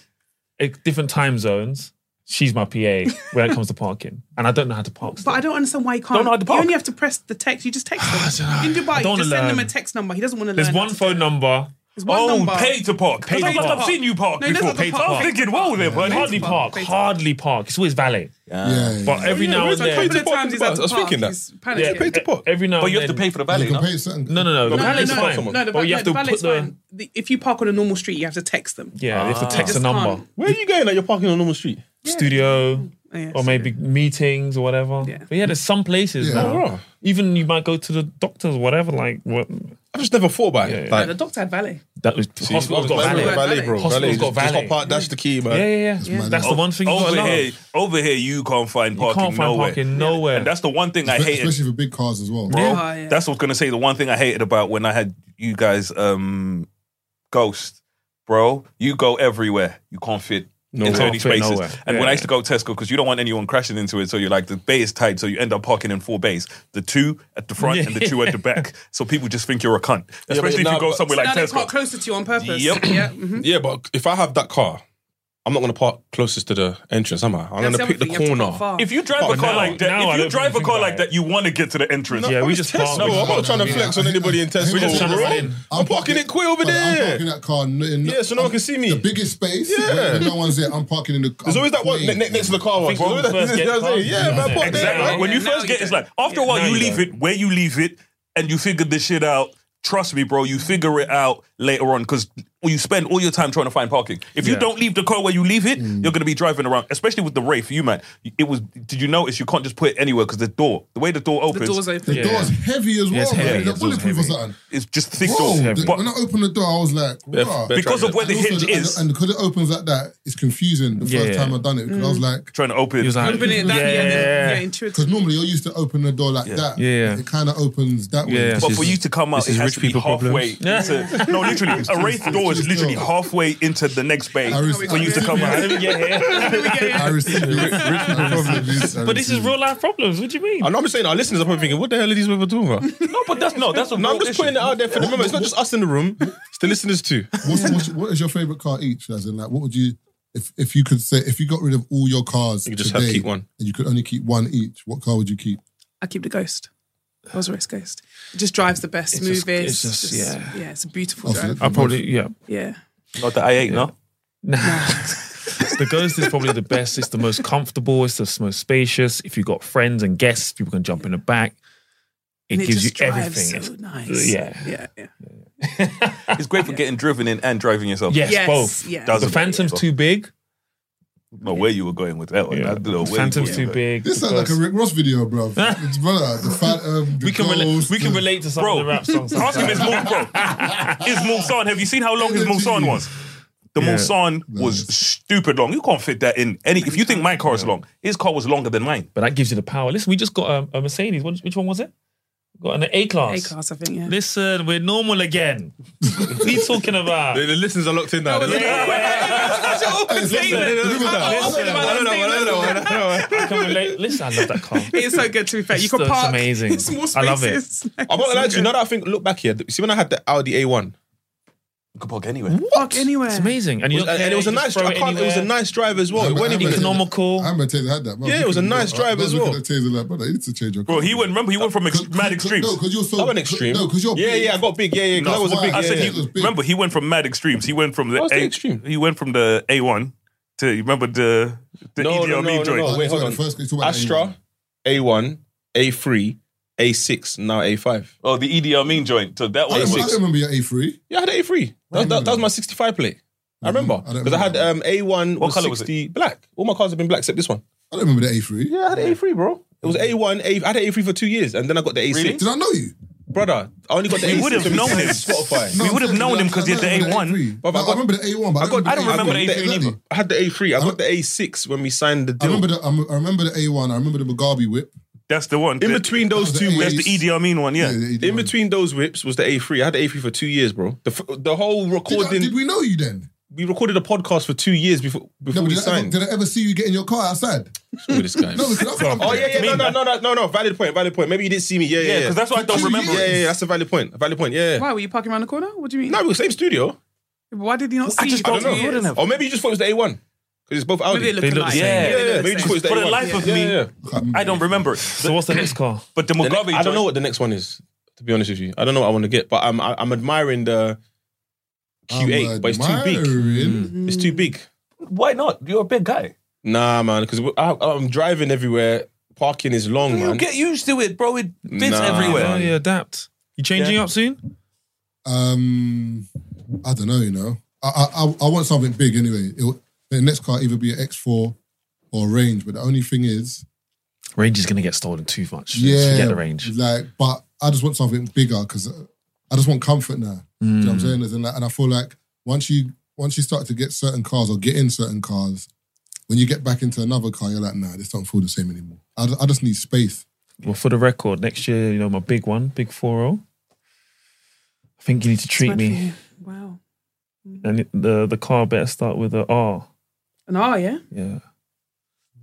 Speaker 7: at different time zones, she's my PA when it comes to parking. And I don't know how to park.
Speaker 5: But
Speaker 7: still.
Speaker 5: I don't understand why you
Speaker 7: Don't
Speaker 5: can't.
Speaker 7: know how to
Speaker 5: you
Speaker 7: park.
Speaker 5: only have to press the text. You just text them. In Dubai,
Speaker 7: don't
Speaker 5: you just send
Speaker 7: learn.
Speaker 5: them a text number. He doesn't want to
Speaker 7: There's
Speaker 5: learn.
Speaker 7: one phone number.
Speaker 5: one
Speaker 7: oh,
Speaker 5: number.
Speaker 7: pay to park. Pay
Speaker 5: No,
Speaker 7: to
Speaker 5: that's
Speaker 7: park.
Speaker 5: not
Speaker 7: I've seen you park
Speaker 5: No, that's
Speaker 7: before.
Speaker 5: not the
Speaker 7: Pay to
Speaker 5: park.
Speaker 7: I'm thinking, whoa there, but
Speaker 5: Pay to
Speaker 7: hardly
Speaker 5: park.
Speaker 7: park.
Speaker 5: Pay to park.
Speaker 7: Hardly park. It's always valet.
Speaker 1: yeah, yeah.
Speaker 7: But every now and
Speaker 5: a couple
Speaker 7: then.
Speaker 5: of times he's
Speaker 3: I
Speaker 5: had
Speaker 3: was
Speaker 5: to park.
Speaker 3: thinking that.
Speaker 5: He's panicking.
Speaker 3: pay to park.
Speaker 7: Every now
Speaker 2: But
Speaker 7: and
Speaker 2: you have to
Speaker 7: then.
Speaker 2: pay for the
Speaker 1: You
Speaker 2: valet.
Speaker 1: can
Speaker 2: No?
Speaker 1: pay certain.
Speaker 7: No, no, no.
Speaker 3: No,
Speaker 7: the
Speaker 3: no,
Speaker 5: No,
Speaker 7: valet's
Speaker 5: no,
Speaker 7: fine.
Speaker 5: no, no, the,
Speaker 7: But
Speaker 5: ba-
Speaker 7: you
Speaker 5: no,
Speaker 7: have
Speaker 5: the
Speaker 7: to put
Speaker 5: valet's
Speaker 7: the.
Speaker 5: fine. The- if you park on a normal street, you have to text them.
Speaker 7: Yeah, you have to text a
Speaker 5: Just
Speaker 7: number.
Speaker 5: can't.
Speaker 3: Where are you going? That you're parking on a normal street?
Speaker 7: Studio.
Speaker 5: Oh, yeah,
Speaker 7: Or
Speaker 5: so-
Speaker 7: maybe meetings or whatever.
Speaker 5: Yeah.
Speaker 7: But yeah, there's some places
Speaker 1: Yeah.
Speaker 7: now.
Speaker 3: Oh.
Speaker 7: Even you might go to the doctors, whatever. Like what?
Speaker 3: I just never thought about it.
Speaker 7: yeah.
Speaker 5: The
Speaker 3: Like,
Speaker 5: doctor had valet.
Speaker 7: That was hospital's got
Speaker 5: Valet.
Speaker 7: valet.
Speaker 3: Valet, bro.
Speaker 7: Hospital's got
Speaker 3: Valet. Just- just
Speaker 7: valet.
Speaker 3: hop out, Dash the key,
Speaker 7: Yeah,
Speaker 3: man.
Speaker 7: yeah, yeah.
Speaker 1: mad.
Speaker 7: That's the one thing you got
Speaker 2: Over
Speaker 7: a lot
Speaker 2: here,
Speaker 7: of.
Speaker 2: over here, you can't find
Speaker 7: You
Speaker 2: parking
Speaker 7: can't find
Speaker 2: nowhere.
Speaker 7: parking nowhere.
Speaker 2: And that's the one thing I hated.
Speaker 1: Especially for big cars as well.
Speaker 2: bro.
Speaker 5: Oh, yeah.
Speaker 2: That's what I was gonna say. The one thing I hated about when I had you guys, um, Ghost, bro, you go everywhere. You can't fit into
Speaker 7: Can't
Speaker 2: any
Speaker 7: fit
Speaker 2: spaces.
Speaker 7: nowhere.
Speaker 2: And when
Speaker 7: Yeah.
Speaker 2: I used to go Tesco, because you don't want anyone crashing into it, so you're like the bay is tight, so you end up parking in four bays: the two at the front and the two at the back. So people just think you're a cunt, especially
Speaker 3: nah,
Speaker 2: if you go
Speaker 3: but-
Speaker 2: somewhere
Speaker 5: now
Speaker 2: like
Speaker 5: they park
Speaker 2: Tesco.
Speaker 5: closer to you on purpose.
Speaker 2: Yep.
Speaker 5: Yeah. mhm.
Speaker 3: Yeah, but if I have that car, I'm not going to park closest to the entrance, am I? I'm going
Speaker 5: That's
Speaker 3: to pick
Speaker 5: other
Speaker 3: the
Speaker 5: thing, you have to
Speaker 3: corner.
Speaker 5: park far.
Speaker 2: If you drive a
Speaker 7: But
Speaker 2: car
Speaker 7: now-
Speaker 2: like
Speaker 7: Oh, now I
Speaker 2: that, if
Speaker 7: don't
Speaker 2: you drive a
Speaker 7: think
Speaker 2: car
Speaker 7: about
Speaker 2: like
Speaker 7: it.
Speaker 2: that, you want to get to the entrance.
Speaker 7: Yeah, we
Speaker 3: It's
Speaker 7: just
Speaker 3: Tesco.
Speaker 7: park.
Speaker 3: No,
Speaker 7: we
Speaker 3: I'm
Speaker 7: just
Speaker 3: not
Speaker 7: park.
Speaker 3: trying to flex on anybody in Tesco.
Speaker 7: just trying to
Speaker 3: bro.
Speaker 7: run in.
Speaker 3: I'm parking it quick over
Speaker 1: but I'm
Speaker 3: there.
Speaker 1: parking that car. In, in,
Speaker 3: Yeah, so no one can see me.
Speaker 1: The biggest space.
Speaker 3: Yeah.
Speaker 1: where no one's there. I'm parking in the.
Speaker 3: There's always that one ne- ne- next to the car one.
Speaker 7: think when we first
Speaker 3: [LAUGHS]
Speaker 7: get cars,
Speaker 3: Yeah,
Speaker 7: yeah.
Speaker 3: man, park there.
Speaker 2: Exactly.
Speaker 3: man.
Speaker 2: when you
Speaker 5: Yeah, now
Speaker 2: first
Speaker 5: you
Speaker 2: get,
Speaker 5: do.
Speaker 2: it's like after a
Speaker 5: Yeah.
Speaker 2: while
Speaker 7: Now
Speaker 2: you,
Speaker 7: you
Speaker 2: leave
Speaker 7: do.
Speaker 2: it where you leave it, and you figure this shit out. Trust me, bro. You figure it out later on because you spend all your time trying to find parking. If you
Speaker 7: Yeah. Mm.
Speaker 2: don't leave the car where you leave it, you're gonna be driving around. Especially with the Wraith, you man. It was. Did you notice you can't just put it anywhere because the door, the way the door
Speaker 5: The
Speaker 2: opens,
Speaker 5: door's open.
Speaker 1: The door's heavy as well.
Speaker 7: it's
Speaker 1: man.
Speaker 7: heavy,
Speaker 1: They're
Speaker 7: it's
Speaker 1: bulletproof or
Speaker 7: heavy.
Speaker 1: something.
Speaker 2: it's just thick
Speaker 1: Whoa!
Speaker 2: door.
Speaker 1: the-
Speaker 2: But
Speaker 1: when I opened the door, I was like,
Speaker 3: Bare-
Speaker 1: bruh.
Speaker 3: bare
Speaker 2: because of
Speaker 3: trackers.
Speaker 2: where the
Speaker 1: And also
Speaker 2: hinge
Speaker 1: the-
Speaker 2: is,
Speaker 1: and, and because it opens like that, it's confusing. The
Speaker 7: Yeah.
Speaker 1: first time I done it, because I was like,
Speaker 2: trying to open.
Speaker 7: He was like,
Speaker 5: Open it that yeah, yeah, yeah, intuitive. [LAUGHS]
Speaker 1: because normally you're used to open the door like that.
Speaker 7: Yeah, yeah.
Speaker 1: It kind of opens that way.
Speaker 7: Yeah.
Speaker 2: But
Speaker 7: This
Speaker 2: for
Speaker 7: is-
Speaker 2: you to come out,
Speaker 7: this
Speaker 2: it
Speaker 7: is
Speaker 2: has
Speaker 7: rich
Speaker 2: to be
Speaker 7: people problem.
Speaker 2: halfway. Into, [LAUGHS] no, literally, a wraith door is literally halfway into the next bay
Speaker 1: I received
Speaker 2: for you to
Speaker 1: it.
Speaker 2: come
Speaker 7: How
Speaker 2: out.
Speaker 7: did we get here?
Speaker 5: [LAUGHS]
Speaker 1: I received it. I received it.
Speaker 7: But this is real life problems. What do you mean?
Speaker 3: I know I'm just saying our listeners are probably thinking, what the hell are these people talking
Speaker 7: [LAUGHS]
Speaker 3: about?
Speaker 2: No, but that's no, that's a
Speaker 3: No, I'm
Speaker 2: real
Speaker 3: just
Speaker 2: issue.
Speaker 3: putting it out there for the moment. It's not just us in the room, it's the listeners too.
Speaker 1: What's, what's, what is your favorite car each? As in, like, what would you if if you could say if you got rid of all your cars?
Speaker 3: You could just have-
Speaker 1: today,
Speaker 3: keep one.
Speaker 1: and you could only keep one each. What car would you keep?
Speaker 5: I keep the ghost. Rolls Royce Ghost. It just drives the best,
Speaker 7: It's just-
Speaker 5: smoothest.
Speaker 7: it's just- yeah.
Speaker 5: yeah, it's a beautiful
Speaker 1: Oh, so
Speaker 5: drive.
Speaker 1: that-
Speaker 7: I probably yeah.
Speaker 5: Yeah,
Speaker 2: Not the i8, no.
Speaker 7: Nah. the Ghost is probably the best. It's the most comfortable. It's the most spacious. If you've got friends and guests, people can jump in the back. It,
Speaker 5: and it
Speaker 7: gives you
Speaker 5: just drives
Speaker 7: everything.
Speaker 5: So
Speaker 7: It's-
Speaker 5: nice.
Speaker 7: yeah.
Speaker 5: yeah, yeah.
Speaker 2: It's great for getting driven in and driving yourself.
Speaker 7: yes,
Speaker 5: Yes,
Speaker 7: both.
Speaker 5: yeah.
Speaker 7: The
Speaker 2: Doesn't-
Speaker 7: Phantom's too big.
Speaker 2: No, where you were going with that one.
Speaker 7: Yeah.
Speaker 2: That little way
Speaker 7: Phantom's
Speaker 2: you
Speaker 7: too
Speaker 2: were
Speaker 7: big.
Speaker 1: This
Speaker 7: The
Speaker 1: sounds like a
Speaker 7: Ghost-
Speaker 1: Rick Ross video, bro. It's brother, the fat, um, the
Speaker 7: we can relate.
Speaker 1: girls,
Speaker 7: We can
Speaker 1: the-
Speaker 7: relate to some
Speaker 2: Bro,
Speaker 7: of the rap songs.
Speaker 2: [LAUGHS] Ask him his move, bro. His Mulsan. Have you seen how long his Mulsan was? The
Speaker 7: Yeah.
Speaker 2: Mulsan was stupid long. You can't fit that in any. If you think my car is long, his car was longer than mine.
Speaker 7: But that gives you the power. Listen, we just got um, a Mercedes. What, which one was it? Got an A
Speaker 5: A
Speaker 7: class.
Speaker 5: class, I think. Yeah.
Speaker 7: Listen, we're normal again. what are you talking about?
Speaker 3: The, the listeners are locked in now. They're like,
Speaker 1: Look at that.
Speaker 3: "Oh, I don't know, I don't know, I don't know."
Speaker 7: I can relate. Listen, I love that car.
Speaker 5: It's so good to be fair. You
Speaker 7: It's
Speaker 5: can
Speaker 7: so- it's
Speaker 5: park
Speaker 7: amazing.
Speaker 5: in small
Speaker 7: I
Speaker 5: spaces. [LAUGHS]
Speaker 7: love it.
Speaker 3: [LAUGHS] I'm not gonna lie to you. Now that I think, look back here. th- See when I had the Audi A1,
Speaker 2: You could park anywhere.
Speaker 5: Park anywhere.
Speaker 7: It's amazing, and, you
Speaker 3: It was-
Speaker 7: don't care,
Speaker 3: and it was a
Speaker 7: you just
Speaker 3: nice.
Speaker 7: throw
Speaker 3: I can't, it was a
Speaker 7: anywhere.
Speaker 3: nice drive as well. It
Speaker 1: but
Speaker 3: wasn't
Speaker 1: I'm
Speaker 3: even
Speaker 1: a-
Speaker 7: economical.
Speaker 1: I remember Taser had that. man.
Speaker 3: Yeah, it was a
Speaker 1: Look at
Speaker 3: nice
Speaker 1: that.
Speaker 3: drive as
Speaker 1: Look at
Speaker 3: well.
Speaker 1: that Taser, like, brother, you need to change your car.
Speaker 2: Bro, he went. Remember, he went from ex-
Speaker 1: Cause-
Speaker 2: mad
Speaker 1: cause-
Speaker 2: extremes.
Speaker 1: No, because you're so.
Speaker 3: I went extreme.
Speaker 1: No, because you're.
Speaker 3: yeah, yeah, I got big. Yeah, yeah, because
Speaker 2: No,
Speaker 3: I was a big.
Speaker 1: why-
Speaker 2: I
Speaker 3: yeah,
Speaker 2: said
Speaker 3: yeah.
Speaker 1: it was
Speaker 2: he.
Speaker 1: big.
Speaker 2: Remember, he went from mad extremes. He went from the
Speaker 3: What was the
Speaker 2: A-
Speaker 3: extreme?
Speaker 2: He went from the A1 to. You remember the the
Speaker 3: No, no,
Speaker 2: EDLE
Speaker 3: no, no,
Speaker 2: joint?
Speaker 3: no. Wait, hold
Speaker 1: Sorry,
Speaker 3: on.
Speaker 1: first, it's all about
Speaker 3: Astra, A1, A3, A6, now A5.
Speaker 2: Oh, the EDL mean joint. So that
Speaker 1: I
Speaker 2: one
Speaker 1: don't, I
Speaker 2: was
Speaker 1: don't remember your A3
Speaker 3: Yeah, I had an A3. That, was- that, that was my 65 plate. I remember
Speaker 1: Mm-hmm. I don't
Speaker 3: because I, had um,
Speaker 1: remember.
Speaker 3: A1.
Speaker 2: What
Speaker 3: was
Speaker 2: colour was it?
Speaker 3: 60 Black. All my cars have been black except this one.
Speaker 1: I don't remember the A3
Speaker 3: Yeah, I had an A3, bro. It was A1, A. I had an A3 for two years, and then I got the A6.
Speaker 2: Really?
Speaker 1: did I know you
Speaker 3: brother, I only got the
Speaker 7: We
Speaker 3: A
Speaker 7: would have
Speaker 3: system
Speaker 7: known
Speaker 3: on
Speaker 7: him.
Speaker 3: Spotify.
Speaker 1: No,
Speaker 7: We
Speaker 1: I'm
Speaker 7: would have
Speaker 1: saying,
Speaker 7: known
Speaker 1: like,
Speaker 7: him 'cause he had the
Speaker 1: I remember
Speaker 7: A1.
Speaker 1: A3.
Speaker 3: Brother,
Speaker 1: I, I remember the A1, but
Speaker 3: I, got, I don't
Speaker 1: the-
Speaker 3: remember the
Speaker 1: got-
Speaker 3: A3
Speaker 1: exactly.
Speaker 3: neither. I had the A3. I got the A6 when we signed the
Speaker 1: I
Speaker 3: deal.
Speaker 1: remember the I'm- I remember the A1. I remember the Mugabe whip.
Speaker 2: That's the one.
Speaker 3: in
Speaker 2: The-
Speaker 3: between those
Speaker 1: the
Speaker 3: two
Speaker 1: A-
Speaker 3: whips,
Speaker 2: That's the Idi Amin one, yeah.
Speaker 1: Yeah, the AD1.
Speaker 3: in between those whips was the A3. I had the A3 for two years, bro. The, f- the whole
Speaker 1: Did, I-
Speaker 3: recording,
Speaker 1: did we
Speaker 3: we,
Speaker 1: know you then?
Speaker 3: recorded a podcast for two years before before
Speaker 1: No, but
Speaker 3: we
Speaker 1: did, I ever,
Speaker 3: signed.
Speaker 1: did I ever see you get in your car outside?
Speaker 3: With this guy.
Speaker 1: No, because
Speaker 3: [LAUGHS]
Speaker 1: that's what I'm
Speaker 3: Oh yeah, yeah,
Speaker 1: thinking.
Speaker 3: no, no, no, no, no, no. Valid point, valid point. Maybe you didn't see me. Yeah, yeah,
Speaker 2: Yeah,
Speaker 3: yeah.
Speaker 2: because that's why I don't
Speaker 1: Two
Speaker 2: remember.
Speaker 3: yeah,
Speaker 2: it.
Speaker 3: yeah, yeah, that's a valid point. A valid point. Yeah. yeah.
Speaker 5: Why were you parking around the corner? What do you mean?
Speaker 3: No, we were same studio.
Speaker 5: Why did he not see?
Speaker 2: I just
Speaker 5: you?
Speaker 3: I
Speaker 2: don't
Speaker 3: don't know.
Speaker 2: know. Wouldn't have.
Speaker 3: Or maybe you just thought it was the A1 because it's both Audi.
Speaker 5: Maybe it
Speaker 3: yeah,
Speaker 5: looked
Speaker 7: They look
Speaker 5: alike.
Speaker 7: the same.
Speaker 3: yeah,
Speaker 5: They look
Speaker 3: yeah.
Speaker 5: the
Speaker 3: Maybe you just thought it
Speaker 5: same.
Speaker 3: was the
Speaker 2: For
Speaker 3: A1.
Speaker 2: the life of
Speaker 3: yeah,
Speaker 2: me,
Speaker 3: yeah,
Speaker 1: I
Speaker 3: yeah.
Speaker 1: can't remember.
Speaker 2: I don't remember. it.
Speaker 7: So what's the next car?
Speaker 2: But the
Speaker 3: The ne-
Speaker 2: Mugabe
Speaker 3: I don't
Speaker 2: joint-
Speaker 3: know what the next one is. To be honest with you, I don't know what I want to get, but I'm I, I'm admiring the Q8,
Speaker 1: I'm
Speaker 3: but it's too big. Mm.
Speaker 1: admiring.
Speaker 3: It's too big.
Speaker 2: Why not? You're a big guy.
Speaker 3: Nah, man, because I'm driving everywhere. Parking is long,
Speaker 2: You
Speaker 3: man.
Speaker 2: get used to it, bro. It fits
Speaker 3: Nah.
Speaker 2: everywhere.
Speaker 7: Oh, you adapt. You changing
Speaker 2: Yeah.
Speaker 7: up soon?
Speaker 1: Um, I don't know. You know, I I, I- I want something big anyway. It'll, the next car either be an X4 or a Range, but the only thing is,
Speaker 7: Range is gonna get stolen too much.
Speaker 1: yeah,
Speaker 7: Just Forget the range.
Speaker 1: Like, but I just want something bigger because I just want comfort now. Do you know
Speaker 7: Mm.
Speaker 1: what I'm saying? As in, like, and I feel like once you once you start to get certain cars or get in certain cars, when you get back into another car, you're like, nah, this don't feel the same anymore. I, ju- I just need
Speaker 5: [LAUGHS]
Speaker 1: space.
Speaker 7: Well, for the record, next year, you know, my big one, big 4 I think you need to treat me.
Speaker 5: Wow.
Speaker 7: And it- the the car better start with a R.
Speaker 5: An R, yeah,
Speaker 7: Yeah.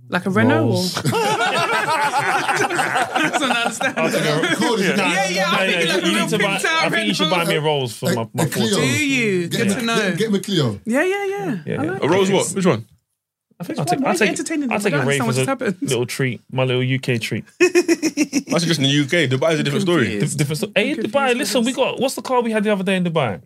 Speaker 5: like a Renault. Or... [LAUGHS]
Speaker 7: Rolls.
Speaker 5: That's what I understand. Yeah, yeah, I think like a
Speaker 7: you
Speaker 5: real
Speaker 7: need to buy,
Speaker 5: picture
Speaker 7: I think you should buy me a Rolls for my, my
Speaker 1: A Clio.
Speaker 7: 14.
Speaker 5: Do you?
Speaker 1: Get
Speaker 5: Good
Speaker 1: me-
Speaker 5: to know.
Speaker 1: Get, get me Clio.
Speaker 5: Yeah, yeah, yeah.
Speaker 7: Yeah,
Speaker 5: I
Speaker 7: yeah.
Speaker 5: like
Speaker 3: A
Speaker 5: it.
Speaker 3: Rose, what? Which one?
Speaker 7: I think I'll
Speaker 5: one?
Speaker 7: take,
Speaker 5: Why
Speaker 7: I'll
Speaker 5: are you
Speaker 7: take,
Speaker 5: entertaining them?
Speaker 7: I'll take
Speaker 5: I
Speaker 7: a
Speaker 5: don't
Speaker 7: rave as a
Speaker 5: understand what's happened.
Speaker 7: little treat, my little UK treat.
Speaker 3: That's just in the UK. Dubai is a different story.
Speaker 7: Dif- different sto- Hey, Dubai, listen, we got, what's the car we had the other day in Dubai?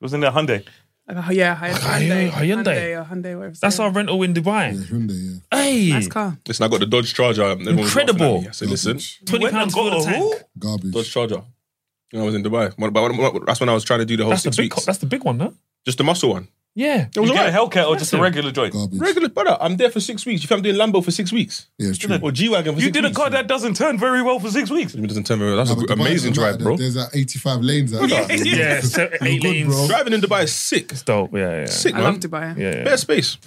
Speaker 2: Wasn't it a Hyundai?
Speaker 5: Like a- yeah, Hy- Hyundai,
Speaker 7: Hyundai.
Speaker 5: Hyundai, or Hyundai, whatever. it's
Speaker 7: That's
Speaker 5: called.
Speaker 7: our rental in
Speaker 1: Yeah,
Speaker 7: Dubai.
Speaker 1: Hyundai, yeah.
Speaker 7: Hey,
Speaker 5: nice car.
Speaker 3: Listen, I got the Dodge Charger. Everyone was laughing at
Speaker 7: Incredible.
Speaker 3: me. I said, listen,
Speaker 7: £20 pounds
Speaker 2: Went
Speaker 7: for the
Speaker 2: and got a
Speaker 7: tank.
Speaker 2: who?
Speaker 1: Garbage.
Speaker 3: Dodge Charger. When I was in Dubai. But- but- That's when I was trying to do the whole
Speaker 7: That's the,
Speaker 3: six
Speaker 7: big,
Speaker 3: weeks.
Speaker 7: co- that's the big one, huh?
Speaker 3: just the muscle one.
Speaker 7: Yeah.
Speaker 3: It was
Speaker 2: You get a
Speaker 3: alright.
Speaker 2: Hellcat or just a
Speaker 7: Massive.
Speaker 2: regular joint?
Speaker 1: Garbage.
Speaker 3: Regular brother, I'm there for six weeks. You think I'm doing Lambo for six weeks?
Speaker 1: Yeah, it's true.
Speaker 3: Or G Wagon for
Speaker 2: You
Speaker 3: six
Speaker 2: did a
Speaker 3: weeks?
Speaker 2: car that doesn't turn very well for six weeks.
Speaker 3: It doesn't tell me that's
Speaker 1: Nah,
Speaker 3: an
Speaker 1: but Dubai doesn't
Speaker 3: amazing drive,
Speaker 1: matter.
Speaker 3: bro.
Speaker 1: There's like 85 lanes out
Speaker 3: Yeah,
Speaker 1: there.
Speaker 7: Yeah, so eight
Speaker 1: good,
Speaker 7: lanes.
Speaker 1: bro.
Speaker 3: Driving in Dubai is sick.
Speaker 7: It's dope, yeah, yeah.
Speaker 3: Sick,
Speaker 5: I
Speaker 3: man.
Speaker 5: love Dubai. [LAUGHS]
Speaker 7: Yeah, yeah.
Speaker 3: Bare space.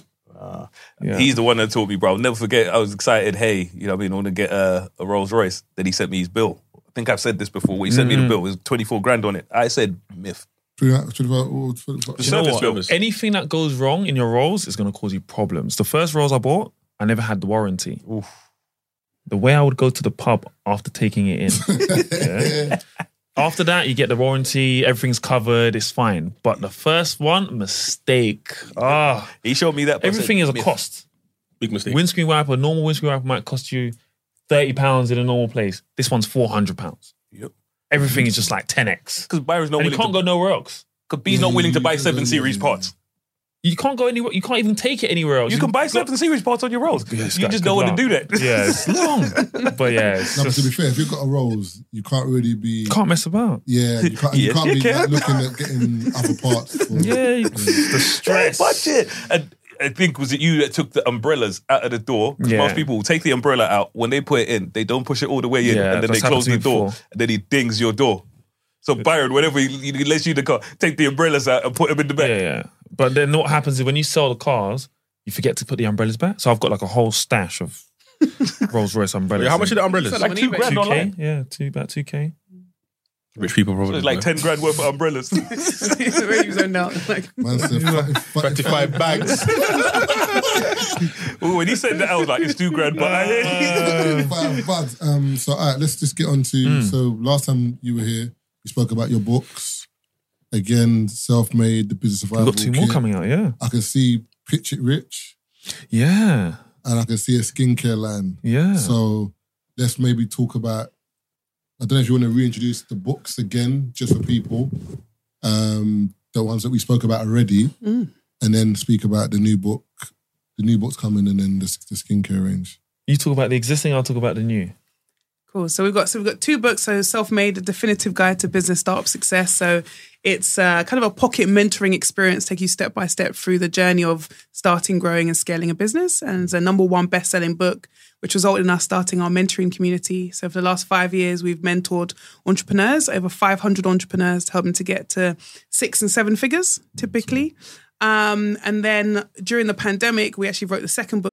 Speaker 7: yeah.
Speaker 2: He's the one that taught me, bro. I'll never forget. I was excited. Hey, you know, what I mean, I want to get a, a Rolls Royce. Then he sent me his bill. I think I've said this before. When he sent
Speaker 7: Mm-hmm.
Speaker 2: me the bill, it was twenty four grand on it. I said myth.
Speaker 1: oh,
Speaker 2: [LAUGHS]
Speaker 3: You know
Speaker 1: Because
Speaker 3: what?
Speaker 7: Service. Anything that goes wrong in your rolls is going to cause you problems. The first rolls I bought, I never had the warranty. The way I would go to the pub after taking it in. yeah.
Speaker 1: [LAUGHS]
Speaker 7: After that, you get the warranty, everything's covered, it's fine. But the first one, mistake. Ah,
Speaker 2: He showed me that. but I said,
Speaker 7: everything is a
Speaker 2: myth.
Speaker 7: cost.
Speaker 3: Big mistake.
Speaker 7: Windscreen wiper, normal windscreen wiper might cost you thirty pounds in a normal place. This one's four hundred pounds.
Speaker 2: Yep.
Speaker 7: Everything is just like ten x,
Speaker 2: Because Byron's not
Speaker 7: and you can't
Speaker 2: willing.
Speaker 7: go
Speaker 2: to,
Speaker 7: Mm-hmm. nowhere else.
Speaker 2: Cause B's not willing to buy
Speaker 1: Yeah,
Speaker 2: seven
Speaker 1: yeah,
Speaker 2: series
Speaker 1: yeah.
Speaker 2: parts.
Speaker 7: You can't go anywhere. You can't even take it anywhere else.
Speaker 2: You can buy seven series parts on your Rolls.
Speaker 7: Yeah,
Speaker 2: You
Speaker 7: it's got
Speaker 2: just
Speaker 7: good
Speaker 2: don't want to do
Speaker 7: luck.
Speaker 2: that.
Speaker 7: Yeah,
Speaker 2: [LAUGHS]
Speaker 7: it's long. But yeah, it's
Speaker 1: to be
Speaker 7: just,
Speaker 1: fair, if you've got a Rolls, you can't really be.
Speaker 7: can't mess
Speaker 2: [LAUGHS]
Speaker 7: about.
Speaker 1: Yeah, you can't, you
Speaker 2: Yes,
Speaker 1: can't
Speaker 2: you
Speaker 1: be like,
Speaker 2: can.
Speaker 1: looking at getting other parts. For,
Speaker 7: [LAUGHS] Yeah, you- the stress.
Speaker 2: Budget. And I think was it you that took the umbrellas out of the door? 'Cause
Speaker 7: Yeah.
Speaker 2: most people will take the umbrella out when they put it in, they don't push it all the way in,
Speaker 7: Yeah,
Speaker 2: and then they
Speaker 7: that's
Speaker 2: close the
Speaker 7: happened to me
Speaker 2: door,
Speaker 7: before.
Speaker 2: and then he dings your door. So Byron, whenever he, he lets you in the car, take the umbrellas out and put them in the
Speaker 7: Yeah,
Speaker 2: back.
Speaker 7: yeah. But then what happens is when you sell the cars, you forget to put the umbrellas back. So I've got like a whole stash
Speaker 3: [LAUGHS]
Speaker 7: of Rolls Royce umbrellas.
Speaker 3: Yeah, how much are the umbrellas?
Speaker 5: Sell them
Speaker 2: Like
Speaker 5: on
Speaker 2: two
Speaker 5: eBay.
Speaker 2: grand
Speaker 7: Two k.
Speaker 2: online.
Speaker 7: Yeah, two about two k.
Speaker 3: Rich people
Speaker 2: So
Speaker 3: probably.
Speaker 2: it's like ten grand worth of
Speaker 7: [LAUGHS]
Speaker 2: umbrellas.
Speaker 5: Really zoned out. Like,
Speaker 1: Man said, [LAUGHS]
Speaker 3: Five bags.
Speaker 2: Ooh, when he said that, I was like, it's two
Speaker 7: [LAUGHS]
Speaker 2: grand, but I,
Speaker 1: But, but, um, so, all right, let's just get on to. So, last time you were here, you spoke about your books. Again, self made, the business of
Speaker 7: We've got two more
Speaker 1: Kit.
Speaker 7: coming out. Yeah,
Speaker 1: I can see Pitch It Rich
Speaker 7: yeah,
Speaker 1: and I can see a skincare line.
Speaker 7: yeah.
Speaker 1: So let's maybe talk about. I don't know if you want to reintroduce the books again, just for people, um, the ones that we spoke about already,
Speaker 5: Mm.
Speaker 1: and then speak about the new book. The new book's coming, and then the, the skincare range.
Speaker 7: You talk about the existing, I'll talk about the new.
Speaker 5: Cool. So we've got so we've got two books. So self-made, a definitive guide to business startup success. So it's uh, kind of a pocket mentoring experience, take you step by step through the journey of starting, growing, and scaling a business. And it's a number one best-selling book, which resulted in us starting our mentoring community. So for the last five years, we've mentored entrepreneurs, over 500 entrepreneurs, to help them to get to six and seven figures typically. Um, and then during the pandemic, we actually wrote the second book.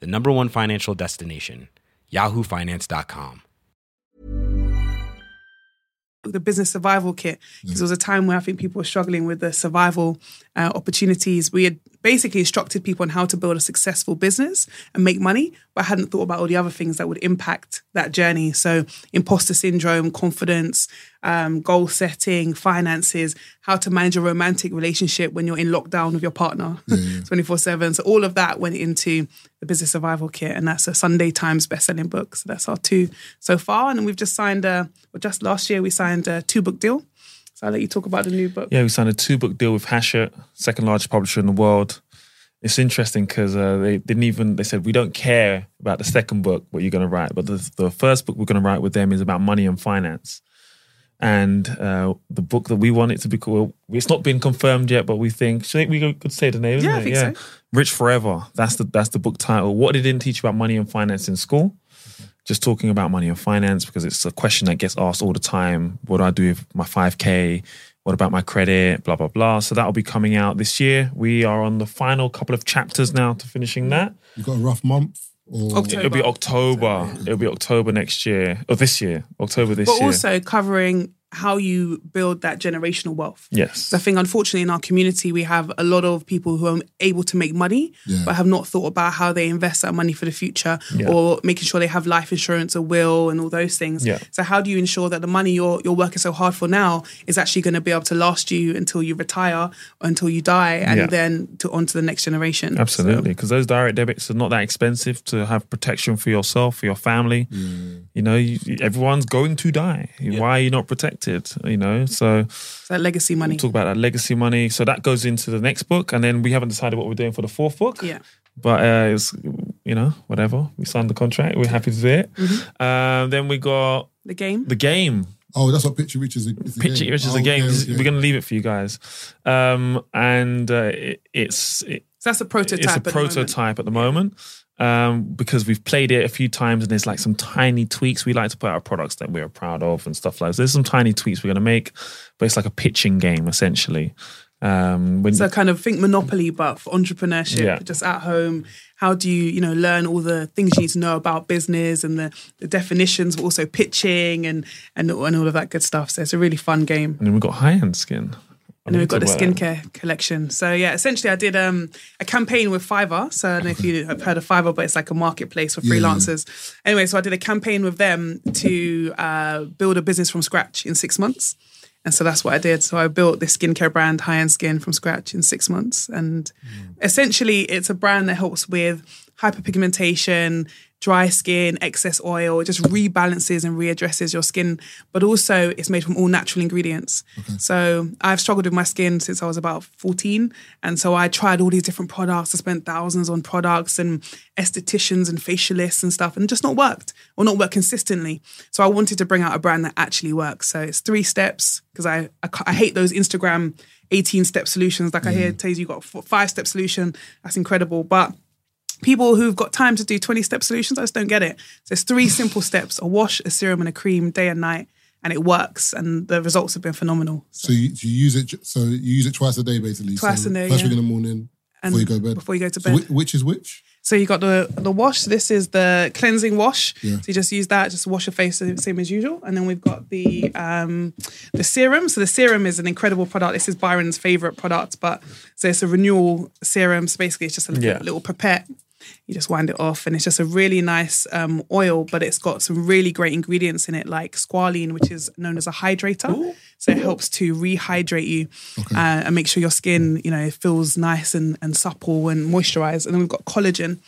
Speaker 6: the number one financial destination, yahoofinance.com.
Speaker 5: the business survival kit because it was a time where I think people were struggling with the survival uh, opportunities. We had basically instructed people on how to build a successful business and make money, but I hadn't thought about all the other things that would impact that journey. So, imposter syndrome, confidence, um, goal setting, finances, how to manage a romantic relationship when you're in lockdown with your partner
Speaker 7: Mm.
Speaker 5: [LAUGHS] 24 7. So, all of that went into the business survival kit, and that's a Sunday Times bestselling book. So, that's our two so far. And we've just signed, a, well, just last year, we signed a two book deal. So, I'll let you talk about the new book.
Speaker 7: Yeah, we signed a two book deal with Hachette, second largest publisher in the world. It's interesting because uh, they didn't even, they said, we don't care about the second book, what you're going to write, but the, the first book we're going to write with them is about money and finance. And uh, the book that we want it to be called, it's not been confirmed yet, but we think, should we we could say the name? isn't
Speaker 5: Yeah, I
Speaker 7: it?
Speaker 5: think so.
Speaker 7: Rich Forever. That's the, that's the book title. What they didn't teach about money and finance in school. just talking about money and finance because it's a question that gets asked all the time. What do I do with my 5K? What about my credit? Blah, blah, blah. So that'll be coming out this year. We are on the final couple of chapters now to finishing that.
Speaker 1: You got a rough month, or
Speaker 5: October.
Speaker 7: It'll be October. It'll be October next year or this year, October this
Speaker 5: But
Speaker 7: year.
Speaker 5: also covering how you build that generational wealth.
Speaker 7: yes.
Speaker 5: So I think, unfortunately, in our community, we have a lot of people who are able to make money,
Speaker 1: Yeah.
Speaker 5: but have not thought about how they invest that money for the future or making sure they have life insurance, a will, and all those things.
Speaker 7: Yeah.
Speaker 5: So, how do you ensure that the money you're, you're working so hard for now is actually going to be able to last you until you retire, until you die, and
Speaker 7: Yeah.
Speaker 5: then to onto the next generation? So-
Speaker 7: Absolutely, because those direct debits are not that expensive to have protection for yourself, for your family. You know, you, everyone's going to die. Why are you not protected? You know, so
Speaker 5: so that legacy money.
Speaker 7: We'll talk about that legacy money. So that goes into the next book, and then we haven't decided what we're doing for the fourth book.
Speaker 5: Yeah.
Speaker 7: But uh, it's you know whatever we signed the contract, we're happy to do it. Um, then we got
Speaker 5: the game.
Speaker 7: the game.
Speaker 1: oh, that's what picture reaches. Is the
Speaker 7: Pitch it,
Speaker 1: game.
Speaker 7: which is a
Speaker 1: Oh,
Speaker 7: game.
Speaker 1: okay,
Speaker 7: This is-
Speaker 1: okay.
Speaker 7: We're going to leave it for you guys, um, and uh, it, it's it,
Speaker 5: so that's a prototype.
Speaker 7: it's a
Speaker 5: at the moment.
Speaker 7: prototype at the moment um, because we've played it a few times and there's like some tiny tweaks. We like to put out products that we're proud of and stuff like that. So there's some tiny tweaks we're going to make, but it's like a pitching game essentially. Um, when,
Speaker 5: So kind of think Monopoly, but for entrepreneurship,
Speaker 7: Yeah.
Speaker 5: just at home. How do you, you know, learn all the things you need to know about business and the, the definitions, but also pitching and, and and all of that good stuff. So it's a really fun game.
Speaker 7: and then we've got high end skin.
Speaker 5: And then we've got the
Speaker 7: Unlimited work.
Speaker 5: skincare collection. So yeah, essentially I did um, a campaign with Fiverr. So I don't know if you have heard of Fiverr, but it's like a marketplace for freelancers. Anyway, so I did a campaign with them to uh, build a business from scratch in six months. And so that's what I did. So I built this skincare brand, High End Skin, from scratch in six months. And essentially, it's a brand that helps with hyperpigmentation, dry skin, excess oil. It just rebalances and readdresses your skin. But also, it's made from all natural ingredients. So I've struggled with my skin since I was about 14. And so I tried all these different products. I spent thousands on products and estheticians and facialists and stuff, and just not worked or not worked consistently. So I wanted to bring out a brand that actually works. So it's three steps because I, I ca- I hate those Instagram 18 step solutions. Like I hear Taze, you got a five step solution. That's incredible, but people who've got time to do 20 step solutions, I just don't get it. So it's three simple steps a wash, a serum, and a cream day and night. And it works, and the results have been phenomenal.
Speaker 1: So you, you use it. ju- So you use it twice a day, basically.
Speaker 5: Twice
Speaker 1: so
Speaker 5: a day,
Speaker 1: First
Speaker 5: yeah.
Speaker 1: thing in the morning
Speaker 5: And
Speaker 1: before you go to bed.
Speaker 5: before you go to
Speaker 1: So
Speaker 5: bed.
Speaker 1: whi- which is which?
Speaker 5: So you got the the wash. This is the cleansing wash.
Speaker 1: Yeah.
Speaker 5: So you just use that, just wash your face the same as usual. And then we've got the um, the serum. So the serum is an incredible product. This is Byron's favorite product, but so it's a renewal serum. So basically, it's just a little,
Speaker 7: Yeah.
Speaker 5: little pipette You just wind it off, and it's just a really nice um, oil, but it's got some really great ingredients in it, like squalene, which is known as a hydrator. So it helps to rehydrate you uh, and make sure your skin, you know, feels nice and, and supple and moisturized. And then we've got collagen.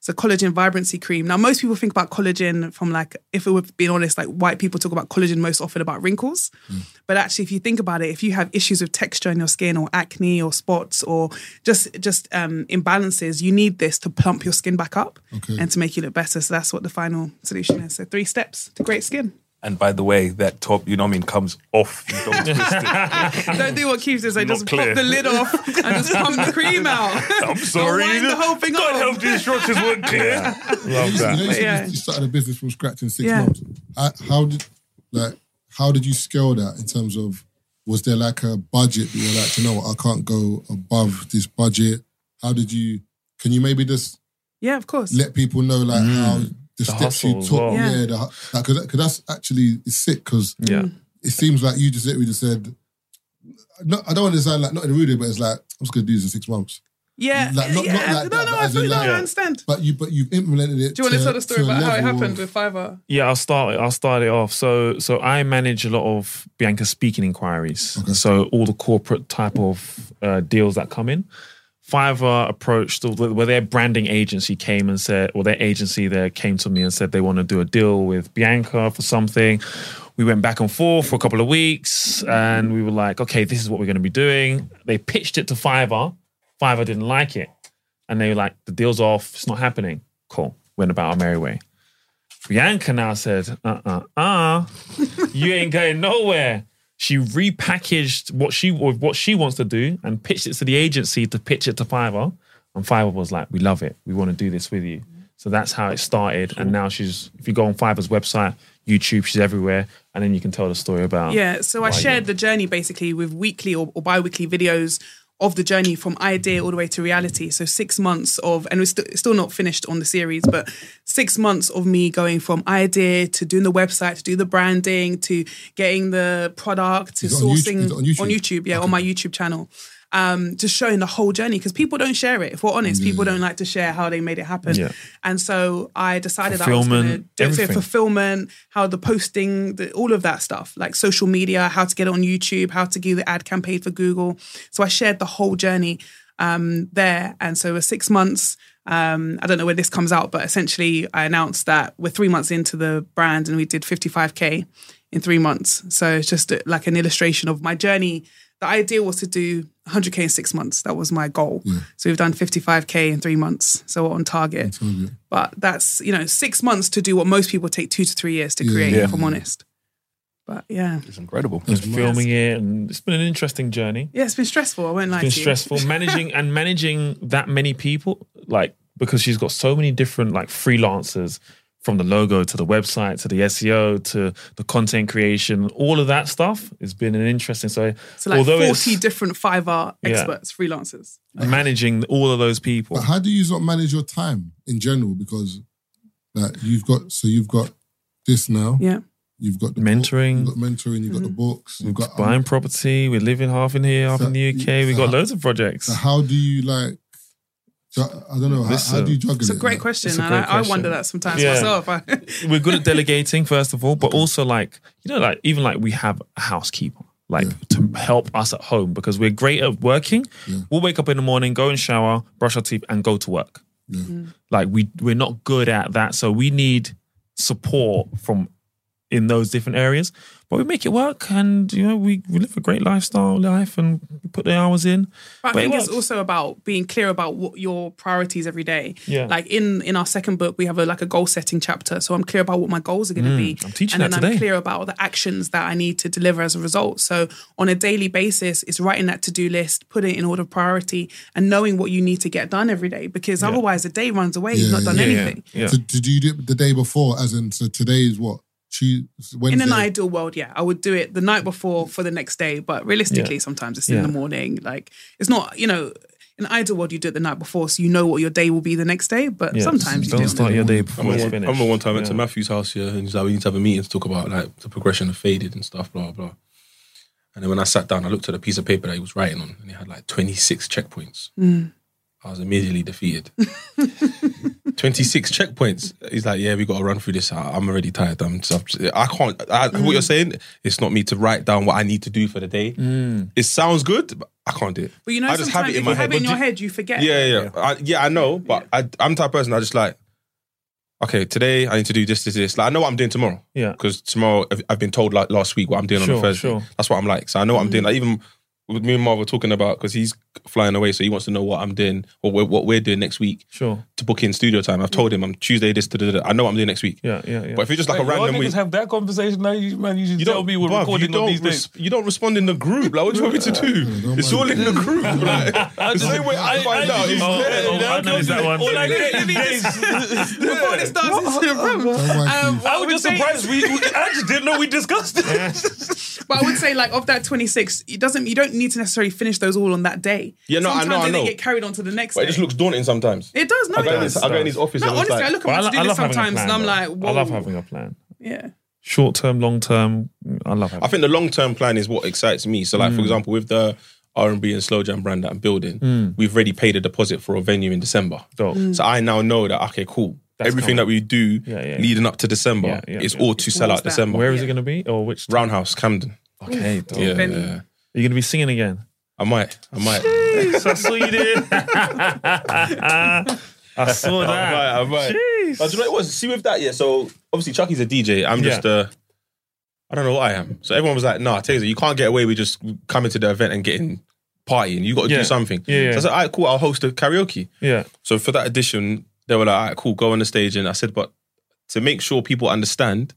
Speaker 5: So collagen vibrancy cream. Now, most people think about collagen from like, if we were being honest, like white people talk about collagen most often about wrinkles.
Speaker 1: Hmm.
Speaker 5: But actually, if you think about it, if you have issues with texture in your skin or acne or spots or just just um, imbalances, you need this to plump your skin back up
Speaker 1: Okay.
Speaker 5: and to make you look better. So that's what the final solution is. So three steps to great skin.
Speaker 2: And by the way, that top, you know what I mean, comes off. You
Speaker 7: [LAUGHS]
Speaker 2: don't twist it.
Speaker 5: Don't do what Keith does. I just
Speaker 2: clear.
Speaker 5: pop the lid off and just pump the
Speaker 1: [LAUGHS]
Speaker 5: cream out.
Speaker 2: I'm sorry.
Speaker 5: Don't wind the whole thing
Speaker 2: God
Speaker 5: off.
Speaker 2: help the instructions weren't clear.
Speaker 7: Love
Speaker 1: You,
Speaker 7: that.
Speaker 1: know, you said
Speaker 5: Yeah.
Speaker 1: you started a business from scratch in six
Speaker 5: Yeah.
Speaker 1: months. How, how did like how did you scale that in terms of was there like a budget that you're like, you know what, I can't go above this budget? How did you can you maybe just
Speaker 5: Yeah, of course.
Speaker 1: let people know like how the, steps
Speaker 7: Mm. hustle
Speaker 1: you
Speaker 7: as
Speaker 1: took?
Speaker 7: well.
Speaker 5: Yeah.
Speaker 1: Yeah, the because that's actually it's sick because
Speaker 7: Yeah.
Speaker 1: it seems like you just literally just said no, I don't want to sound like not in a rude way, but it's like I'm just gonna do this in six months.
Speaker 5: yeah.
Speaker 1: Like, not-
Speaker 5: yeah.
Speaker 1: not like
Speaker 5: no,
Speaker 1: that,
Speaker 5: no,
Speaker 1: but
Speaker 5: I
Speaker 1: as in
Speaker 5: fully
Speaker 1: like-
Speaker 5: I understand.
Speaker 1: But you but you've implemented it.
Speaker 5: Do you want to, tell the story
Speaker 1: a
Speaker 5: about how it
Speaker 1: level
Speaker 5: happened
Speaker 1: of-
Speaker 5: with Fiverr?
Speaker 7: Yeah, I'll start it. I'll start it off. So, so I manage a lot of Bianca speaking inquiries. So all the corporate type of uh, deals that come in. Fiverr approached where their branding agency came and said, or their agency there came to me and said they want to do a deal with Bianca for something. We went back and forth for a couple of weeks, and we were like, okay, this is what we're going to be doing. They pitched it to Fiverr. Fiverr didn't like it, and they were like, the deal's off. It's not happening. Cool. Went about our merry way. Bianca now said, uh uh uh, you ain't going nowhere. She repackaged what she or what she wants to do and pitched it to the agency to pitch it to Fiverr. And Fiverr was like, We love it. We want to do this with you. So that's how it started. And now she's if you go on Fiverr's website, YouTube, she's everywhere. And then you can tell the story about
Speaker 5: Yeah, so I shared the journey basically with weekly or, or bi weekly videos of the journey from idea all the way to reality. So six months of, and we're st- still not finished on the series, but six months of me going from idea to doing the website, to do the branding, to getting the product, to
Speaker 1: Is it on YouTube-
Speaker 5: sourcing
Speaker 1: is it on YouTube?
Speaker 5: yeah, on my YouTube channel. Um, just showing the whole journey because people don't share it. If we're honest, people
Speaker 1: Mm.
Speaker 5: don't like to share how they made it happen.
Speaker 7: Yeah.
Speaker 5: And so I decided that I was going to
Speaker 7: Fulfillment,
Speaker 5: do it. So
Speaker 7: everything.
Speaker 5: fulfillment, how the posting, the, all of that stuff, like social media, how to get it on YouTube, how to do the ad campaign for Google. So I shared the whole journey um, there. And so it was six months. Um, I don't know when this comes out, but essentially I announced that we're three months into the brand and we did 55K in three months. So it's just uh, like an illustration of my journey. The idea was to do 100K in six months. That was my goal. So we've done 55K in three months. So we're on target. But that's, you know, six months to do what most people take two to three years to create, if I'm honest. But yeah.
Speaker 2: It's incredible.
Speaker 7: filming it. And it's been an interesting journey.
Speaker 5: Yeah, it's been stressful. I won't lie
Speaker 7: been
Speaker 5: to you.
Speaker 7: stressful managing and managing that many people like because she's got so many different like freelancers from the logo to the website to the SEO to the content creation all of that stuff has been an interesting so,
Speaker 5: So like
Speaker 7: although
Speaker 5: 40
Speaker 7: it's
Speaker 5: different Fiverr
Speaker 7: Yeah.
Speaker 5: experts, freelancers.
Speaker 7: managing all of those people
Speaker 1: But how do you sort of manage your time in general? Because like you've got so you've got this now,
Speaker 5: Yeah.
Speaker 1: you've got the
Speaker 7: Mentoring.
Speaker 1: book, you've got mentoring, you've got
Speaker 5: Mm-hmm.
Speaker 1: the books, you've got um,
Speaker 7: buying property we're living half in here half
Speaker 1: So-
Speaker 7: in the UK we
Speaker 1: so
Speaker 7: got
Speaker 1: how-
Speaker 7: loads of projects
Speaker 1: So how do you like? ju- I don't know. How, how
Speaker 7: Listen.
Speaker 1: do you juggle
Speaker 5: It's a
Speaker 1: it?
Speaker 5: great
Speaker 1: Like,
Speaker 5: question.
Speaker 7: Mm. it's a
Speaker 5: and
Speaker 7: great
Speaker 5: I, I
Speaker 7: question.
Speaker 5: wonder that sometimes
Speaker 7: Yeah.
Speaker 5: myself. [LAUGHS]
Speaker 7: we're good at delegating first of all but also like you know like even like we have a housekeeper like to help us at home because we're great at working we'll wake up in the morning go and shower brush our teeth and go to work
Speaker 5: Mm.
Speaker 7: like we we're not good at that so we need support from in those different areas but we make it work and you know we, we live a great lifestyle life and we put the hours in
Speaker 5: But I
Speaker 7: it
Speaker 5: think it's
Speaker 7: works.
Speaker 5: also about being clear about what your priorities every day.
Speaker 7: Yeah.
Speaker 5: Like in in our second book, we have a like a goal setting chapter. So I'm clear about what my goals are going to be.
Speaker 7: Mm, I'm teaching
Speaker 5: and
Speaker 7: that
Speaker 5: then
Speaker 7: today.
Speaker 5: I'm clear about the actions that I need to deliver as a result. So on a daily basis, it's writing that to do list, putting it in order of priority, and knowing what you need to get done every day. Because otherwise, the day runs away. You've
Speaker 1: Yeah,
Speaker 5: not done
Speaker 1: yeah,
Speaker 7: yeah
Speaker 5: anything.
Speaker 7: yeah
Speaker 1: So did you do it the day before? As in, so today is what? Tuesday, Wednesday.
Speaker 5: In an ideal world, yeah, I would do it the night before for the next day. But realistically,
Speaker 7: Yeah.
Speaker 5: sometimes it's in
Speaker 7: Yeah.
Speaker 5: the morning. Like it's not, you know, in an ideal world, you do it the night before, so you know what your day will be the next day. But
Speaker 7: Yeah.
Speaker 5: sometimes you
Speaker 7: don't
Speaker 5: don't.
Speaker 7: start your day
Speaker 3: I
Speaker 7: before it's
Speaker 3: remember, one, I
Speaker 7: finished
Speaker 3: remember one time I went to
Speaker 7: Yeah.
Speaker 3: Matthew's house here and he's like, we need to have a meeting to talk about like the progression of faded and stuff, blah, blah. And then when I sat down, I looked at a piece of paper that he was writing on and he had like 26 checkpoints. I was immediately defeated. [LAUGHS] 26 checkpoints. He's like, yeah, we got to run through this. I- I'm already tired. I'm, just- I'm- I can't. I, What you're saying, it's not me to write down what I need to do for the day.
Speaker 7: Mm.
Speaker 3: It sounds good, but I can't do it.
Speaker 5: But you know,
Speaker 3: I
Speaker 5: sometimes if you have it in your head, you forget.
Speaker 3: Yeah, yeah, yeah. I, yeah, I know, but I, I'm the type of person I just like, okay, today I need to do this, this, this. Like, I know what I'm doing tomorrow.
Speaker 7: Yeah.
Speaker 3: Because tomorrow, I've- I've been told like last week what I'm doing on
Speaker 7: Sure,
Speaker 3: the Thursday.
Speaker 7: sure.
Speaker 3: That's what I'm like. So I know what I'm doing. Like, even with me and Marv were talking about, because he's flying away, so he wants to know what I'm doing or wh- what we're doing next week
Speaker 7: Sure.
Speaker 3: to book in studio time. I've told him I'm Tuesday, this, da, da, da. I know what I'm doing next week.
Speaker 7: Yeah, yeah, yeah.
Speaker 3: But if it's just like a
Speaker 2: y'all
Speaker 3: random
Speaker 2: niggas
Speaker 3: week.
Speaker 2: have that conversation now. You, man, you should tell me we're
Speaker 3: bruv,
Speaker 2: recording
Speaker 3: you
Speaker 2: on
Speaker 3: don't
Speaker 2: these
Speaker 3: res-
Speaker 2: days.
Speaker 3: You don't respond in the group. Like, what do you want me to do? It's all in the
Speaker 7: [LAUGHS]
Speaker 3: group. Like, the same way I, find out. It's
Speaker 7: oh,
Speaker 3: there,
Speaker 7: oh,
Speaker 3: yeah.
Speaker 7: I know it's that one.
Speaker 2: All I get [LAUGHS] is
Speaker 5: Before this starts, it's in a room.
Speaker 1: Don't mind
Speaker 5: Um,
Speaker 1: Keith.
Speaker 5: what
Speaker 2: I was just
Speaker 5: say-
Speaker 2: surprised. We, we- I just didn't know we discussed this.
Speaker 5: But I would say, like, of that 26, it doesn't. you don't need to necessarily finish those all on that day.
Speaker 3: Yeah, no, I know,
Speaker 5: Sometimes
Speaker 3: I
Speaker 5: they
Speaker 3: know.
Speaker 5: get carried on to the next
Speaker 3: But it
Speaker 5: day.
Speaker 3: just looks daunting sometimes.
Speaker 5: it does, no,
Speaker 3: I
Speaker 5: it
Speaker 3: go, in his,
Speaker 5: does.
Speaker 3: I go in his office
Speaker 5: No,
Speaker 3: and it's
Speaker 5: honestly, I
Speaker 3: like,
Speaker 5: look at my
Speaker 7: lo-
Speaker 5: to-do list
Speaker 7: having a
Speaker 5: sometimes and I'm like,
Speaker 7: plan, though.
Speaker 5: whoa.
Speaker 7: I love having a plan.
Speaker 5: Yeah.
Speaker 7: Short term, long term. I love having.
Speaker 3: I think the long term plan is what excites me. So,
Speaker 7: Mm.
Speaker 3: like for example, with the R and B and slow jam brand that I'm building,
Speaker 7: Mm.
Speaker 3: we've already paid a deposit for a venue in December.
Speaker 7: Dope.
Speaker 5: Mm.
Speaker 3: So I now know that okay, cool. Everything
Speaker 7: mm. coming.
Speaker 3: that we do
Speaker 7: Yeah, yeah, yeah.
Speaker 3: leading up to December
Speaker 7: Yeah, yeah,
Speaker 3: is
Speaker 7: yeah.
Speaker 3: all to sell
Speaker 5: Where's
Speaker 3: out
Speaker 5: that?
Speaker 3: December.
Speaker 7: Where is it going to be? Or which? Time?
Speaker 3: Roundhouse, Camden.
Speaker 7: Okay. Dope.
Speaker 3: Yeah,
Speaker 5: Benny.
Speaker 3: yeah.
Speaker 7: You're going to be singing again.
Speaker 3: I might. I might.
Speaker 7: I saw you did. I [LAUGHS] saw
Speaker 3: [LAUGHS] I
Speaker 7: that.
Speaker 3: might. I
Speaker 7: [LAUGHS]
Speaker 3: might.
Speaker 7: Jeez.
Speaker 3: Uh, do you know what it was? See with that, yeah. So obviously Chucky's a DJ. I'm just
Speaker 7: Yeah.
Speaker 3: uh I don't know what I am. So everyone was like, nah, Taser, you can't get away with just coming to the event and getting partying. You gotta
Speaker 7: Yeah.
Speaker 3: do something.
Speaker 7: Yeah, yeah.
Speaker 3: So I said, all right, cool, I'll host a karaoke.
Speaker 7: Yeah.
Speaker 3: So for that edition, they were like, all right, cool, go on the stage. And I said, but to make sure people understand,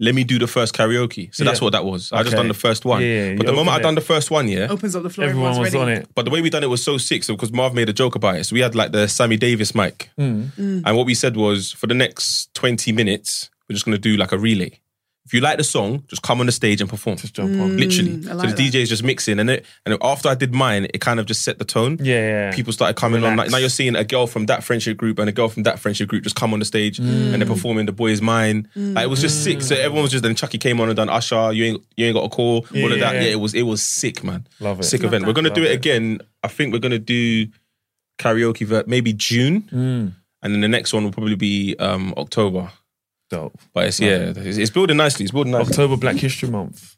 Speaker 3: let me do the first karaoke. So that's
Speaker 7: Yeah.
Speaker 3: what that was. I just
Speaker 7: Okay.
Speaker 3: done the first one.
Speaker 7: Yeah, yeah, you
Speaker 3: but the moment
Speaker 7: opened
Speaker 3: I done
Speaker 7: it.
Speaker 3: the first one, yeah.
Speaker 5: Opens up the floor.
Speaker 7: Everyone
Speaker 5: everyone's
Speaker 7: was on
Speaker 5: ready.
Speaker 7: it.
Speaker 3: But the way we done it was so sick so because Marv made a joke about it. So we had like the Sammy Davis mic.
Speaker 7: Mm.
Speaker 5: Mm.
Speaker 3: And what we said was for the next 20 minutes, we're just going to do like a relay. If you like the song, just come on the stage and perform. Just
Speaker 7: jump on.
Speaker 3: Literally.
Speaker 5: Mm, I like
Speaker 3: so the
Speaker 5: that.
Speaker 3: DJ is just mixing. And, it, and after I did mine, it kind of just set the tone.
Speaker 7: Yeah, yeah, yeah.
Speaker 3: People started coming on. Like,
Speaker 7: Relax.
Speaker 3: now you're seeing a girl from that friendship group and a girl from that friendship group just come on the stage
Speaker 7: Mm.
Speaker 3: and they're performing The Boy Is Mine. Like, it was just sick. So everyone was just then Chucky came on and done Usher, You Ain't You Ain't Got a Call, all of
Speaker 7: Yeah.
Speaker 3: that. Yeah, it was it was sick, man.
Speaker 7: Love it.
Speaker 3: Sick event. We're gonna do it again. I think we're gonna do karaoke ver- maybe June,
Speaker 7: Mm.
Speaker 3: and then the next one will probably be um, October.
Speaker 7: Dope.
Speaker 3: But it's yeah, it's, it's building nicely. It's building nicely.
Speaker 7: October Black History Month.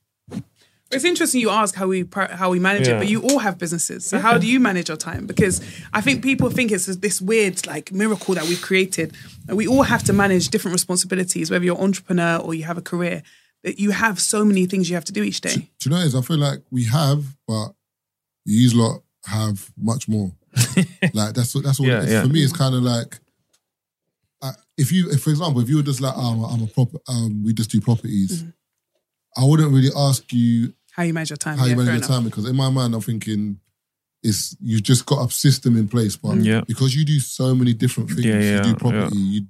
Speaker 5: It's interesting you ask how we par- how we manage
Speaker 7: Yeah.
Speaker 5: it, but you all have businesses. So how do you manage your time? Because I think people think it's this weird like miracle that we've created. And we all have to manage different responsibilities, whether you're entrepreneur or you have a career. That you have so many things you have to do each day.
Speaker 1: Do you know what it is? I feel like we have, but you lot have much
Speaker 7: [LAUGHS]
Speaker 1: more. like that's that's all.
Speaker 7: Yeah,
Speaker 1: it is.
Speaker 7: yeah.
Speaker 1: For me, it's kind of like uh, if you, if, for example, if you were just like, oh, I'm a prop, um, we just do properties. I wouldn't really ask you
Speaker 5: How you manage your time?
Speaker 1: how
Speaker 5: yeah,
Speaker 1: you
Speaker 5: fair
Speaker 1: manage your
Speaker 5: enough.
Speaker 1: time because in my mind, I'm thinking. It's you've just got a system in place, but
Speaker 7: Yeah.
Speaker 1: because you do so many different things,
Speaker 7: Yeah, yeah,
Speaker 1: you do property, you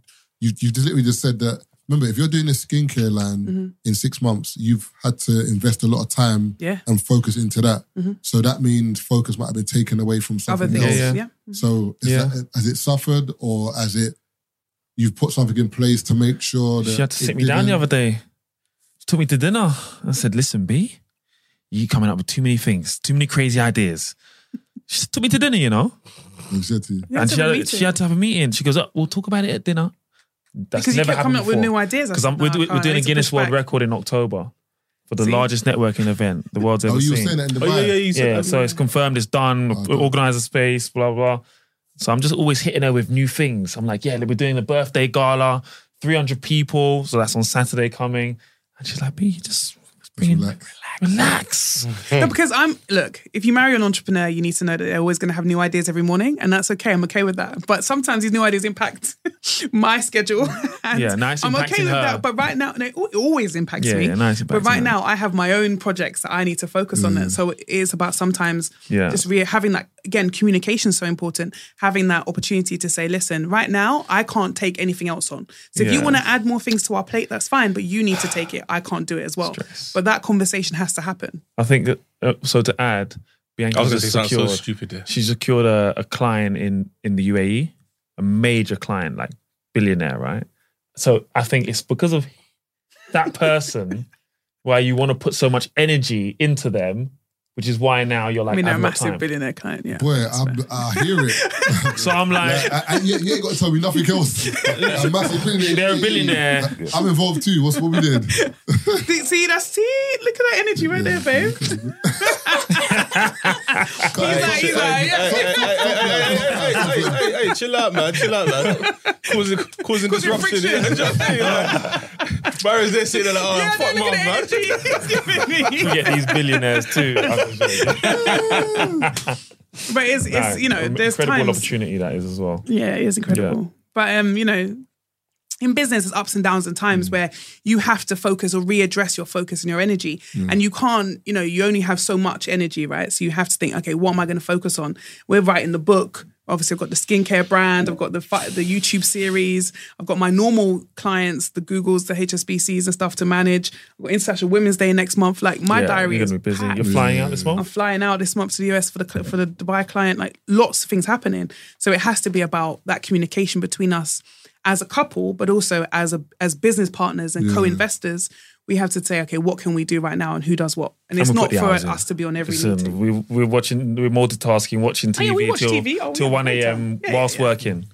Speaker 1: you you just literally just said that. Remember, if you're doing a skincare line
Speaker 5: Mm-hmm.
Speaker 1: in six months, you've had to invest a lot of time
Speaker 5: Yeah. Mm-hmm.
Speaker 1: and focus into that. So that means focus might have been taken away from something
Speaker 5: Other things.
Speaker 1: else.
Speaker 5: Yeah.
Speaker 7: Yeah,
Speaker 1: So is
Speaker 7: Yeah.
Speaker 1: that, has it suffered or has it you've put something in place to make sure that
Speaker 7: She had to
Speaker 1: it
Speaker 7: sit me down the
Speaker 1: didn't-
Speaker 7: other day. She took me to dinner. I said, "Listen, B, you coming up with too many things, too many crazy ideas." She took me to dinner, you know,
Speaker 1: Exactly.
Speaker 5: You had
Speaker 7: and
Speaker 5: to
Speaker 7: she
Speaker 5: have a
Speaker 7: had, she
Speaker 5: meeting.
Speaker 7: had to have a meeting. She goes, "Oh, "We'll talk about it at dinner." That's
Speaker 5: because you
Speaker 7: never
Speaker 5: kept coming
Speaker 7: happened
Speaker 5: up with new
Speaker 7: before.
Speaker 5: ideas. I
Speaker 7: Because
Speaker 5: said,
Speaker 7: I'm we're,
Speaker 5: "Nah,
Speaker 7: do-
Speaker 5: I
Speaker 7: we're
Speaker 5: can't.
Speaker 7: doing a
Speaker 5: It's
Speaker 7: Guinness
Speaker 5: pushback."
Speaker 7: World Record in October for the
Speaker 5: See?
Speaker 7: largest networking event the world's ever
Speaker 1: Oh, you were
Speaker 7: seen.
Speaker 1: saying that in the
Speaker 3: Oh, yeah, yeah, you said
Speaker 7: yeah,
Speaker 3: that.
Speaker 7: so it's confirmed, it's done.
Speaker 1: Oh,
Speaker 7: we
Speaker 1: cool.
Speaker 7: Organize a space, blah blah. So I'm just always hitting her with new things. I'm like, yeah, we're doing the birthday gala, 300 people. So that's on Saturday coming, and she's like, B, you just bring in,
Speaker 1: Relax.
Speaker 7: relax, relax.
Speaker 5: [LAUGHS] No, because I'm look. If you marry an entrepreneur, you need to know that they're always going to have new ideas every morning, and that's okay. I'm okay with that. But sometimes these new ideas impact [LAUGHS] my schedule. [LAUGHS] and
Speaker 7: Yeah, now it's
Speaker 5: I'm
Speaker 7: impacting
Speaker 5: okay with
Speaker 7: her.
Speaker 5: that. But right now, no, it al- it always impacts
Speaker 7: Yeah,
Speaker 5: me.
Speaker 7: yeah, now it's
Speaker 5: but
Speaker 7: impacting
Speaker 5: right
Speaker 7: her. Mm.
Speaker 5: now, I have my own projects that I need to focus on. It so it is about sometimes
Speaker 7: Yeah.
Speaker 5: just re- having that again. Communication so important. Having that opportunity to say, listen, right now I can't take anything else on. So if you
Speaker 7: Yeah.
Speaker 5: want to add more things to our plate, that's fine. But you need to take it. I can't do it as well. But that conversation has to happen.
Speaker 7: I think that. Uh, so to add, Bianca
Speaker 3: I was gonna say
Speaker 7: just
Speaker 3: something so
Speaker 7: secured.
Speaker 3: stupid there.
Speaker 7: she secured a, a client in in the UAE, a major client, like billionaire, right? So I think it's because of [LAUGHS] that person why you want to put so much energy into them which is why now you're like,
Speaker 5: I
Speaker 7: I
Speaker 5: mean, they're a
Speaker 7: have no
Speaker 5: massive
Speaker 7: time.
Speaker 5: billionaire client. Yeah.
Speaker 1: Boy, I, I hear
Speaker 7: [LAUGHS]
Speaker 1: it.
Speaker 7: So I'm like,
Speaker 1: I, I, you, you ain't got to tell me nothing
Speaker 7: [LAUGHS]
Speaker 1: else. A massive billionaire.
Speaker 7: They're a billionaire.
Speaker 1: I'm involved too. What's what we
Speaker 7: [LAUGHS]
Speaker 1: did?
Speaker 5: See, see, that's see. Look at that energy right there,
Speaker 3: [LAUGHS]
Speaker 5: babe. He's like, he's like,
Speaker 1: [LAUGHS]
Speaker 5: yeah.
Speaker 3: hey, hey, hey, hey, hey, hey, hey, hey, chill out, man. Chill out, man. Causing, causing disruption.
Speaker 5: friction.
Speaker 3: [LAUGHS] Yeah, just, like, Barry's there sitting there like, oh,
Speaker 5: Yeah,
Speaker 3: fuck
Speaker 5: look
Speaker 3: mum,
Speaker 5: at
Speaker 3: man.
Speaker 5: the energy he's giving
Speaker 7: we
Speaker 3: [LAUGHS]
Speaker 5: me.
Speaker 7: get these billionaires
Speaker 5: [LAUGHS]
Speaker 7: too.
Speaker 5: But it's, it's you know, there's
Speaker 7: incredible
Speaker 5: times.
Speaker 7: opportunity that is as well.
Speaker 5: Yeah, it is incredible. But um, you know, in business, there's ups and downs and
Speaker 7: Mm.
Speaker 5: times where you have to focus or readdress your focus and your energy,
Speaker 7: Mm.
Speaker 5: and you can't. You know, you only have so much energy, right? So you have to think, okay, what am I going to focus on? We're writing the book. Obviously, I've got the skincare brand. I've got the fi- the YouTube series. I've got my normal clients, the Googles, the HSBCs, and stuff to manage. I've got International Women's Day next month. Like my
Speaker 7: Yeah,
Speaker 5: diary
Speaker 7: you're
Speaker 5: is
Speaker 7: gonna be busy.
Speaker 5: packed. Mm.
Speaker 7: You're flying out this
Speaker 5: I'm
Speaker 7: month.
Speaker 5: flying out this month to the US for the cl- for the Dubai client. Like lots of things happening, so it has to be about that communication between us as a couple, but also as a as business partners
Speaker 7: Mm.
Speaker 5: and co-investors. We have to say, okay, what can we do right now, and who does what? And it's
Speaker 7: I'ma
Speaker 5: not
Speaker 7: put the
Speaker 5: for
Speaker 7: hours in. um,
Speaker 5: us to be on every meeting.
Speaker 7: Listen, we, we're watching, we're multitasking, watching TV
Speaker 5: yeah, we watch
Speaker 7: till,
Speaker 5: TV. Oh,
Speaker 7: till
Speaker 5: yeah,
Speaker 7: 1
Speaker 5: great
Speaker 7: a.m.
Speaker 5: time. Yeah,
Speaker 7: whilst
Speaker 5: yeah, yeah.
Speaker 7: working.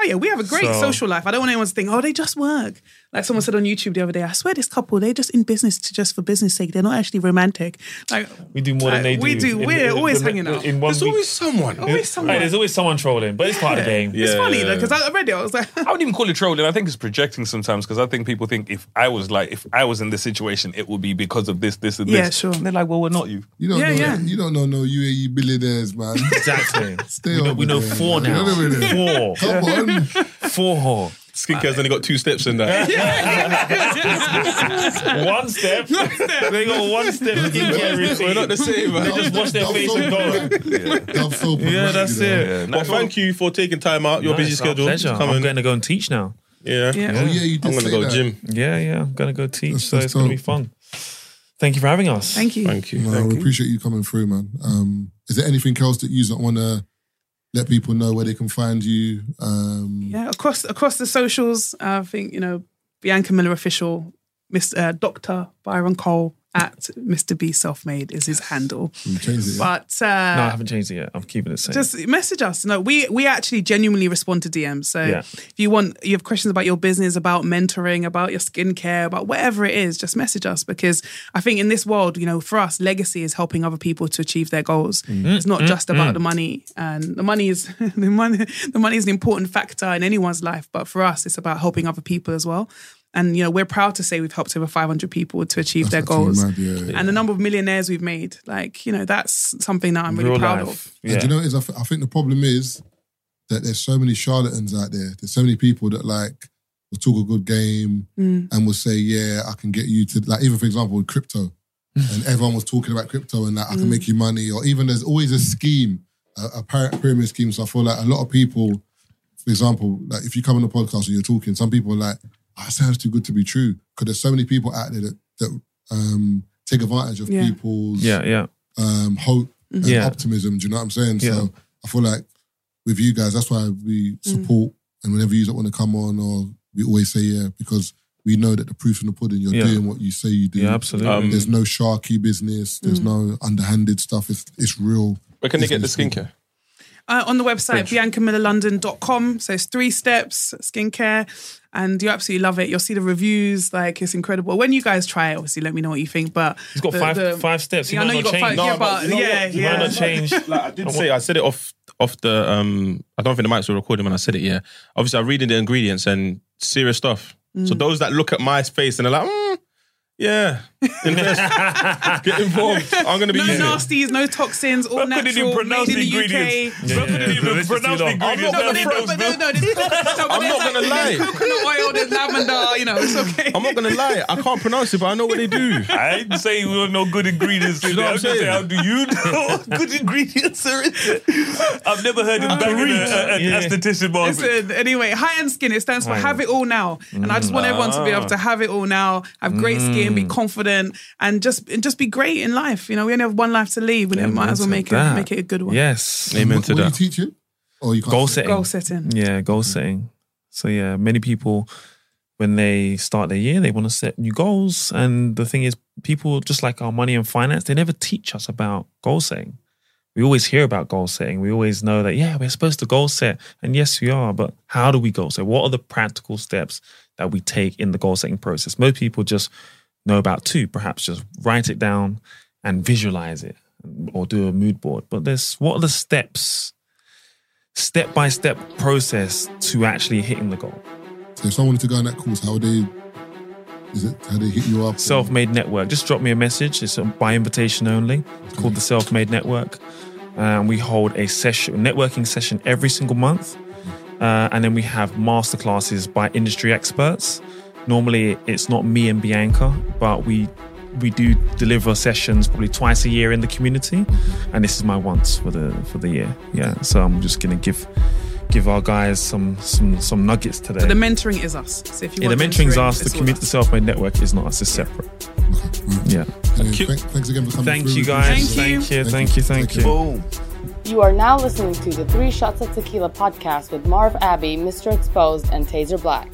Speaker 5: Oh yeah, we have a great
Speaker 7: So-
Speaker 5: social life. I don't want anyone to think, oh, they just work. Like someone said on YouTube the other day, I swear this couple, they're just in business to just for business sake. They're not actually romantic. Like
Speaker 7: We do more than they
Speaker 5: Like,
Speaker 7: do.
Speaker 5: Uh, we do.
Speaker 7: in-
Speaker 5: We're
Speaker 7: in-
Speaker 5: always
Speaker 7: in-
Speaker 5: hanging out.
Speaker 7: In one
Speaker 3: There's
Speaker 7: week.
Speaker 3: always someone.
Speaker 5: always someone.
Speaker 7: Hey, there's always someone trolling, but it's part of the game.
Speaker 5: it's funny though
Speaker 3: yeah,
Speaker 5: because I read it. I was like, [LAUGHS]
Speaker 2: I wouldn't even call it trolling. I think it's projecting sometimes because I think people think if I was like, if I was in this situation, it would be because of this, this, and this.
Speaker 5: Yeah, sure.
Speaker 2: And they're like, well, we're not
Speaker 3: [LAUGHS]
Speaker 2: you.
Speaker 1: You don't
Speaker 5: Yeah,
Speaker 1: know.
Speaker 5: yeah.
Speaker 1: You don't know no UAE billionaires,
Speaker 7: [LAUGHS]
Speaker 1: man.
Speaker 7: Exactly.
Speaker 1: Stay
Speaker 7: we know,
Speaker 1: over
Speaker 7: we know
Speaker 1: there,
Speaker 7: four
Speaker 1: man.
Speaker 7: now.
Speaker 1: You know what I mean?
Speaker 7: Four.
Speaker 1: Come on.
Speaker 7: [LAUGHS] Four.
Speaker 3: Skincare's only got two steps in that.
Speaker 7: One step. They got one step.
Speaker 3: We're not the same, man.
Speaker 1: That was-
Speaker 7: just wash their
Speaker 1: that was
Speaker 7: face
Speaker 1: so
Speaker 7: and go.
Speaker 1: pathetic. That was so
Speaker 7: [LAUGHS] Yeah,
Speaker 1: pathetic,
Speaker 7: that's
Speaker 1: you know.
Speaker 7: it.
Speaker 3: Well, thank you for taking time out. Your busy
Speaker 7: It's our
Speaker 3: schedule.
Speaker 7: Pleasure.
Speaker 3: Come
Speaker 7: I'm
Speaker 3: and-
Speaker 7: going to go and teach now.
Speaker 3: yeah.
Speaker 5: yeah.
Speaker 1: Oh yeah, you did
Speaker 3: I'm gonna
Speaker 1: say
Speaker 3: go
Speaker 1: that.
Speaker 3: gym.
Speaker 7: Yeah, yeah. I'm going to go teach.
Speaker 1: That's-
Speaker 7: so
Speaker 1: that's
Speaker 7: it's going to be
Speaker 1: dope.
Speaker 7: fun. Thank you for having us.
Speaker 5: Thank you.
Speaker 3: Thank you.
Speaker 1: No,
Speaker 3: Thank
Speaker 1: we
Speaker 3: you.
Speaker 1: appreciate you coming through, man. Um, is there anything else that you want to let people know where they can find you? Um,
Speaker 5: Yeah, across across the socials, I think you know Bianca Miller official, Miss uh, Doctor Byron Cole at Mr B Self Made is his handle.
Speaker 1: you changed it, yeah?
Speaker 5: But uh,
Speaker 7: No, I haven't changed it yet. I'm keeping it safe.
Speaker 5: just message us. No, we we actually genuinely respond to DMs. So
Speaker 7: Yeah.
Speaker 5: if you want, you have questions about your business, about mentoring, about your skincare, about whatever it is, just message us because I think in this world, you know, for us, legacy is helping other people to achieve their goals.
Speaker 7: Mm-hmm.
Speaker 5: It's not just about
Speaker 7: Mm.
Speaker 5: the money, and the money is [LAUGHS] the money the money is an important factor in anyone's life, but for us, it's about helping other people as well. And you know, we're proud to say we've helped over 500 people to achieve their
Speaker 1: That's actually
Speaker 5: goals.
Speaker 1: mad, yeah, yeah.
Speaker 5: And the number of millionaires we've made, like, you know, that's something that I'm really
Speaker 7: Real
Speaker 5: proud of.
Speaker 7: life.
Speaker 1: And
Speaker 7: Yeah.
Speaker 1: do you know what it is? I, th- I think the problem is that there's so many charlatans out there. There's so many people that like will talk a good game and will say, "Yeah, I can get you to like." Even for example, with
Speaker 7: [LAUGHS]
Speaker 1: crypto, and everyone was talking about crypto and like I can make you money, or even there's always a scheme, a, a pyra- pyramid scheme. So I feel like a lot of people, for example, like if you come on the podcast and you're talking, some people are like, "Ah, "It sounds too good to be true," because there's so many people out there that that um, take advantage of
Speaker 5: Yeah.
Speaker 1: people's
Speaker 7: yeah, yeah.
Speaker 1: um, hope and
Speaker 7: Mm-hmm. Yeah.
Speaker 1: optimism. Do you know what I'm saying?
Speaker 7: Yeah. Mm.
Speaker 1: So I feel like with you guys, that's why we support and whenever you want to come on, or we always say yeah because we know that the proof in the pudding. You're
Speaker 7: Yeah.
Speaker 1: doing what you say you do.
Speaker 7: Yeah, absolutely. Mm.
Speaker 3: Um,
Speaker 1: There's no sharky business. There's no underhanded stuff. It's it's real.
Speaker 3: Where can they get the
Speaker 1: business people.
Speaker 3: skincare?
Speaker 5: uh, on the website biancamillerlondon.com so it's three steps skincare and you absolutely love it you'll see the reviews like it's incredible when you guys try it obviously let me know what you think but
Speaker 7: He's got
Speaker 5: the-
Speaker 7: five
Speaker 5: the-
Speaker 7: five steps. He
Speaker 5: yeah, I
Speaker 7: might
Speaker 5: know you
Speaker 7: not
Speaker 5: got
Speaker 7: change.
Speaker 5: five yeah but
Speaker 3: you know
Speaker 5: yeah
Speaker 3: what?
Speaker 7: He might
Speaker 5: yeah
Speaker 7: not change.
Speaker 3: Like I did say, I said it off off the. Um, I don't think the mics were recording when I said it. Yeah, obviously I'm reading the ingredients and serious stuff. So
Speaker 5: Mm.
Speaker 3: those that look at my face and they're like, mm, yeah, invest, get involved. I'm gonna be
Speaker 5: no
Speaker 3: using. it.
Speaker 5: nasties no toxins all natural made in the, UK
Speaker 7: Yeah, yeah, yeah.
Speaker 2: even
Speaker 7: This is
Speaker 2: pronounce
Speaker 7: too long.
Speaker 2: the ingredients.
Speaker 5: No, but
Speaker 2: Nobody
Speaker 5: there's-
Speaker 2: knows,
Speaker 5: but there's- no, there's- no, but
Speaker 3: I'm
Speaker 5: there's
Speaker 3: not gonna
Speaker 5: like- there's
Speaker 3: lie.
Speaker 5: Coconut oil, there's lavender, you know, it's okay.
Speaker 3: I'm not gonna lie. I can't pronounce it, but I know what they do.
Speaker 2: I ain't saying we don't know good ingredients.
Speaker 3: You know what I'm
Speaker 2: I'm just
Speaker 3: saying?
Speaker 2: saying, how do you know what good ingredients are in there? I've never heard him back in a, a, a,
Speaker 7: Yeah.
Speaker 2: a statistician bar.
Speaker 5: Listen, anyway, high end skin, it stands for have it all now. And I just want everyone to be able to have it all now, have great skin, be confident, and just and just be great in life. You know, we only have one life to live, and it might as well make it,
Speaker 7: That.
Speaker 5: make it a good one.
Speaker 7: Yes.
Speaker 3: Amen
Speaker 1: What,
Speaker 3: to
Speaker 1: what are you
Speaker 3: that.
Speaker 1: teaching? Or you can't
Speaker 7: Goal
Speaker 1: say?
Speaker 7: setting.
Speaker 5: Goal setting.
Speaker 7: Yeah, goal setting. So yeah, many people when they start their year, they want to set new goals. And the thing is, people just like our money and finance, they never teach us about goal setting. We always hear about goal setting. We always know that, yeah, we're supposed to goal set. And yes, we are. But how do we goal set? What are the practical steps that we take in the goal setting process? Most people just know about two, perhaps just write it down and visualize it or do a mood board. But there's what are the steps, step by step process to actually hitting the goal?
Speaker 1: So if someone wanted to go on that course, how would they? Is it how they hit you up?
Speaker 7: Self Made Network. Just drop me a message. It's by invitation only. It's called the Self Made Network. Um, we hold a session, networking session every single month. Uh, and then we have masterclasses by industry experts. Normally, it's not me and Bianca, but we we do deliver sessions probably twice a year in the community, and this is my once for the for the year. Yeah, so I'm just gonna give give our guys some some some nuggets today.
Speaker 5: But the mentoring is us. So if you
Speaker 7: yeah, the
Speaker 5: want
Speaker 7: mentoring's us. The
Speaker 5: it's all
Speaker 7: community, the
Speaker 5: us.
Speaker 7: self-made network is not us. It's separate. Yeah.
Speaker 1: Anyway,
Speaker 3: Cute.
Speaker 1: thank- thanks again for coming.
Speaker 7: Thank
Speaker 1: through.
Speaker 7: you
Speaker 1: We
Speaker 7: guys.
Speaker 1: appreciate it.
Speaker 7: Thank you. Thank you. Thank you.
Speaker 2: Boom.
Speaker 4: You are now listening to the Three Shots of Tequila podcast with Marv Abbey, Mr. Exposed, and Taser Black.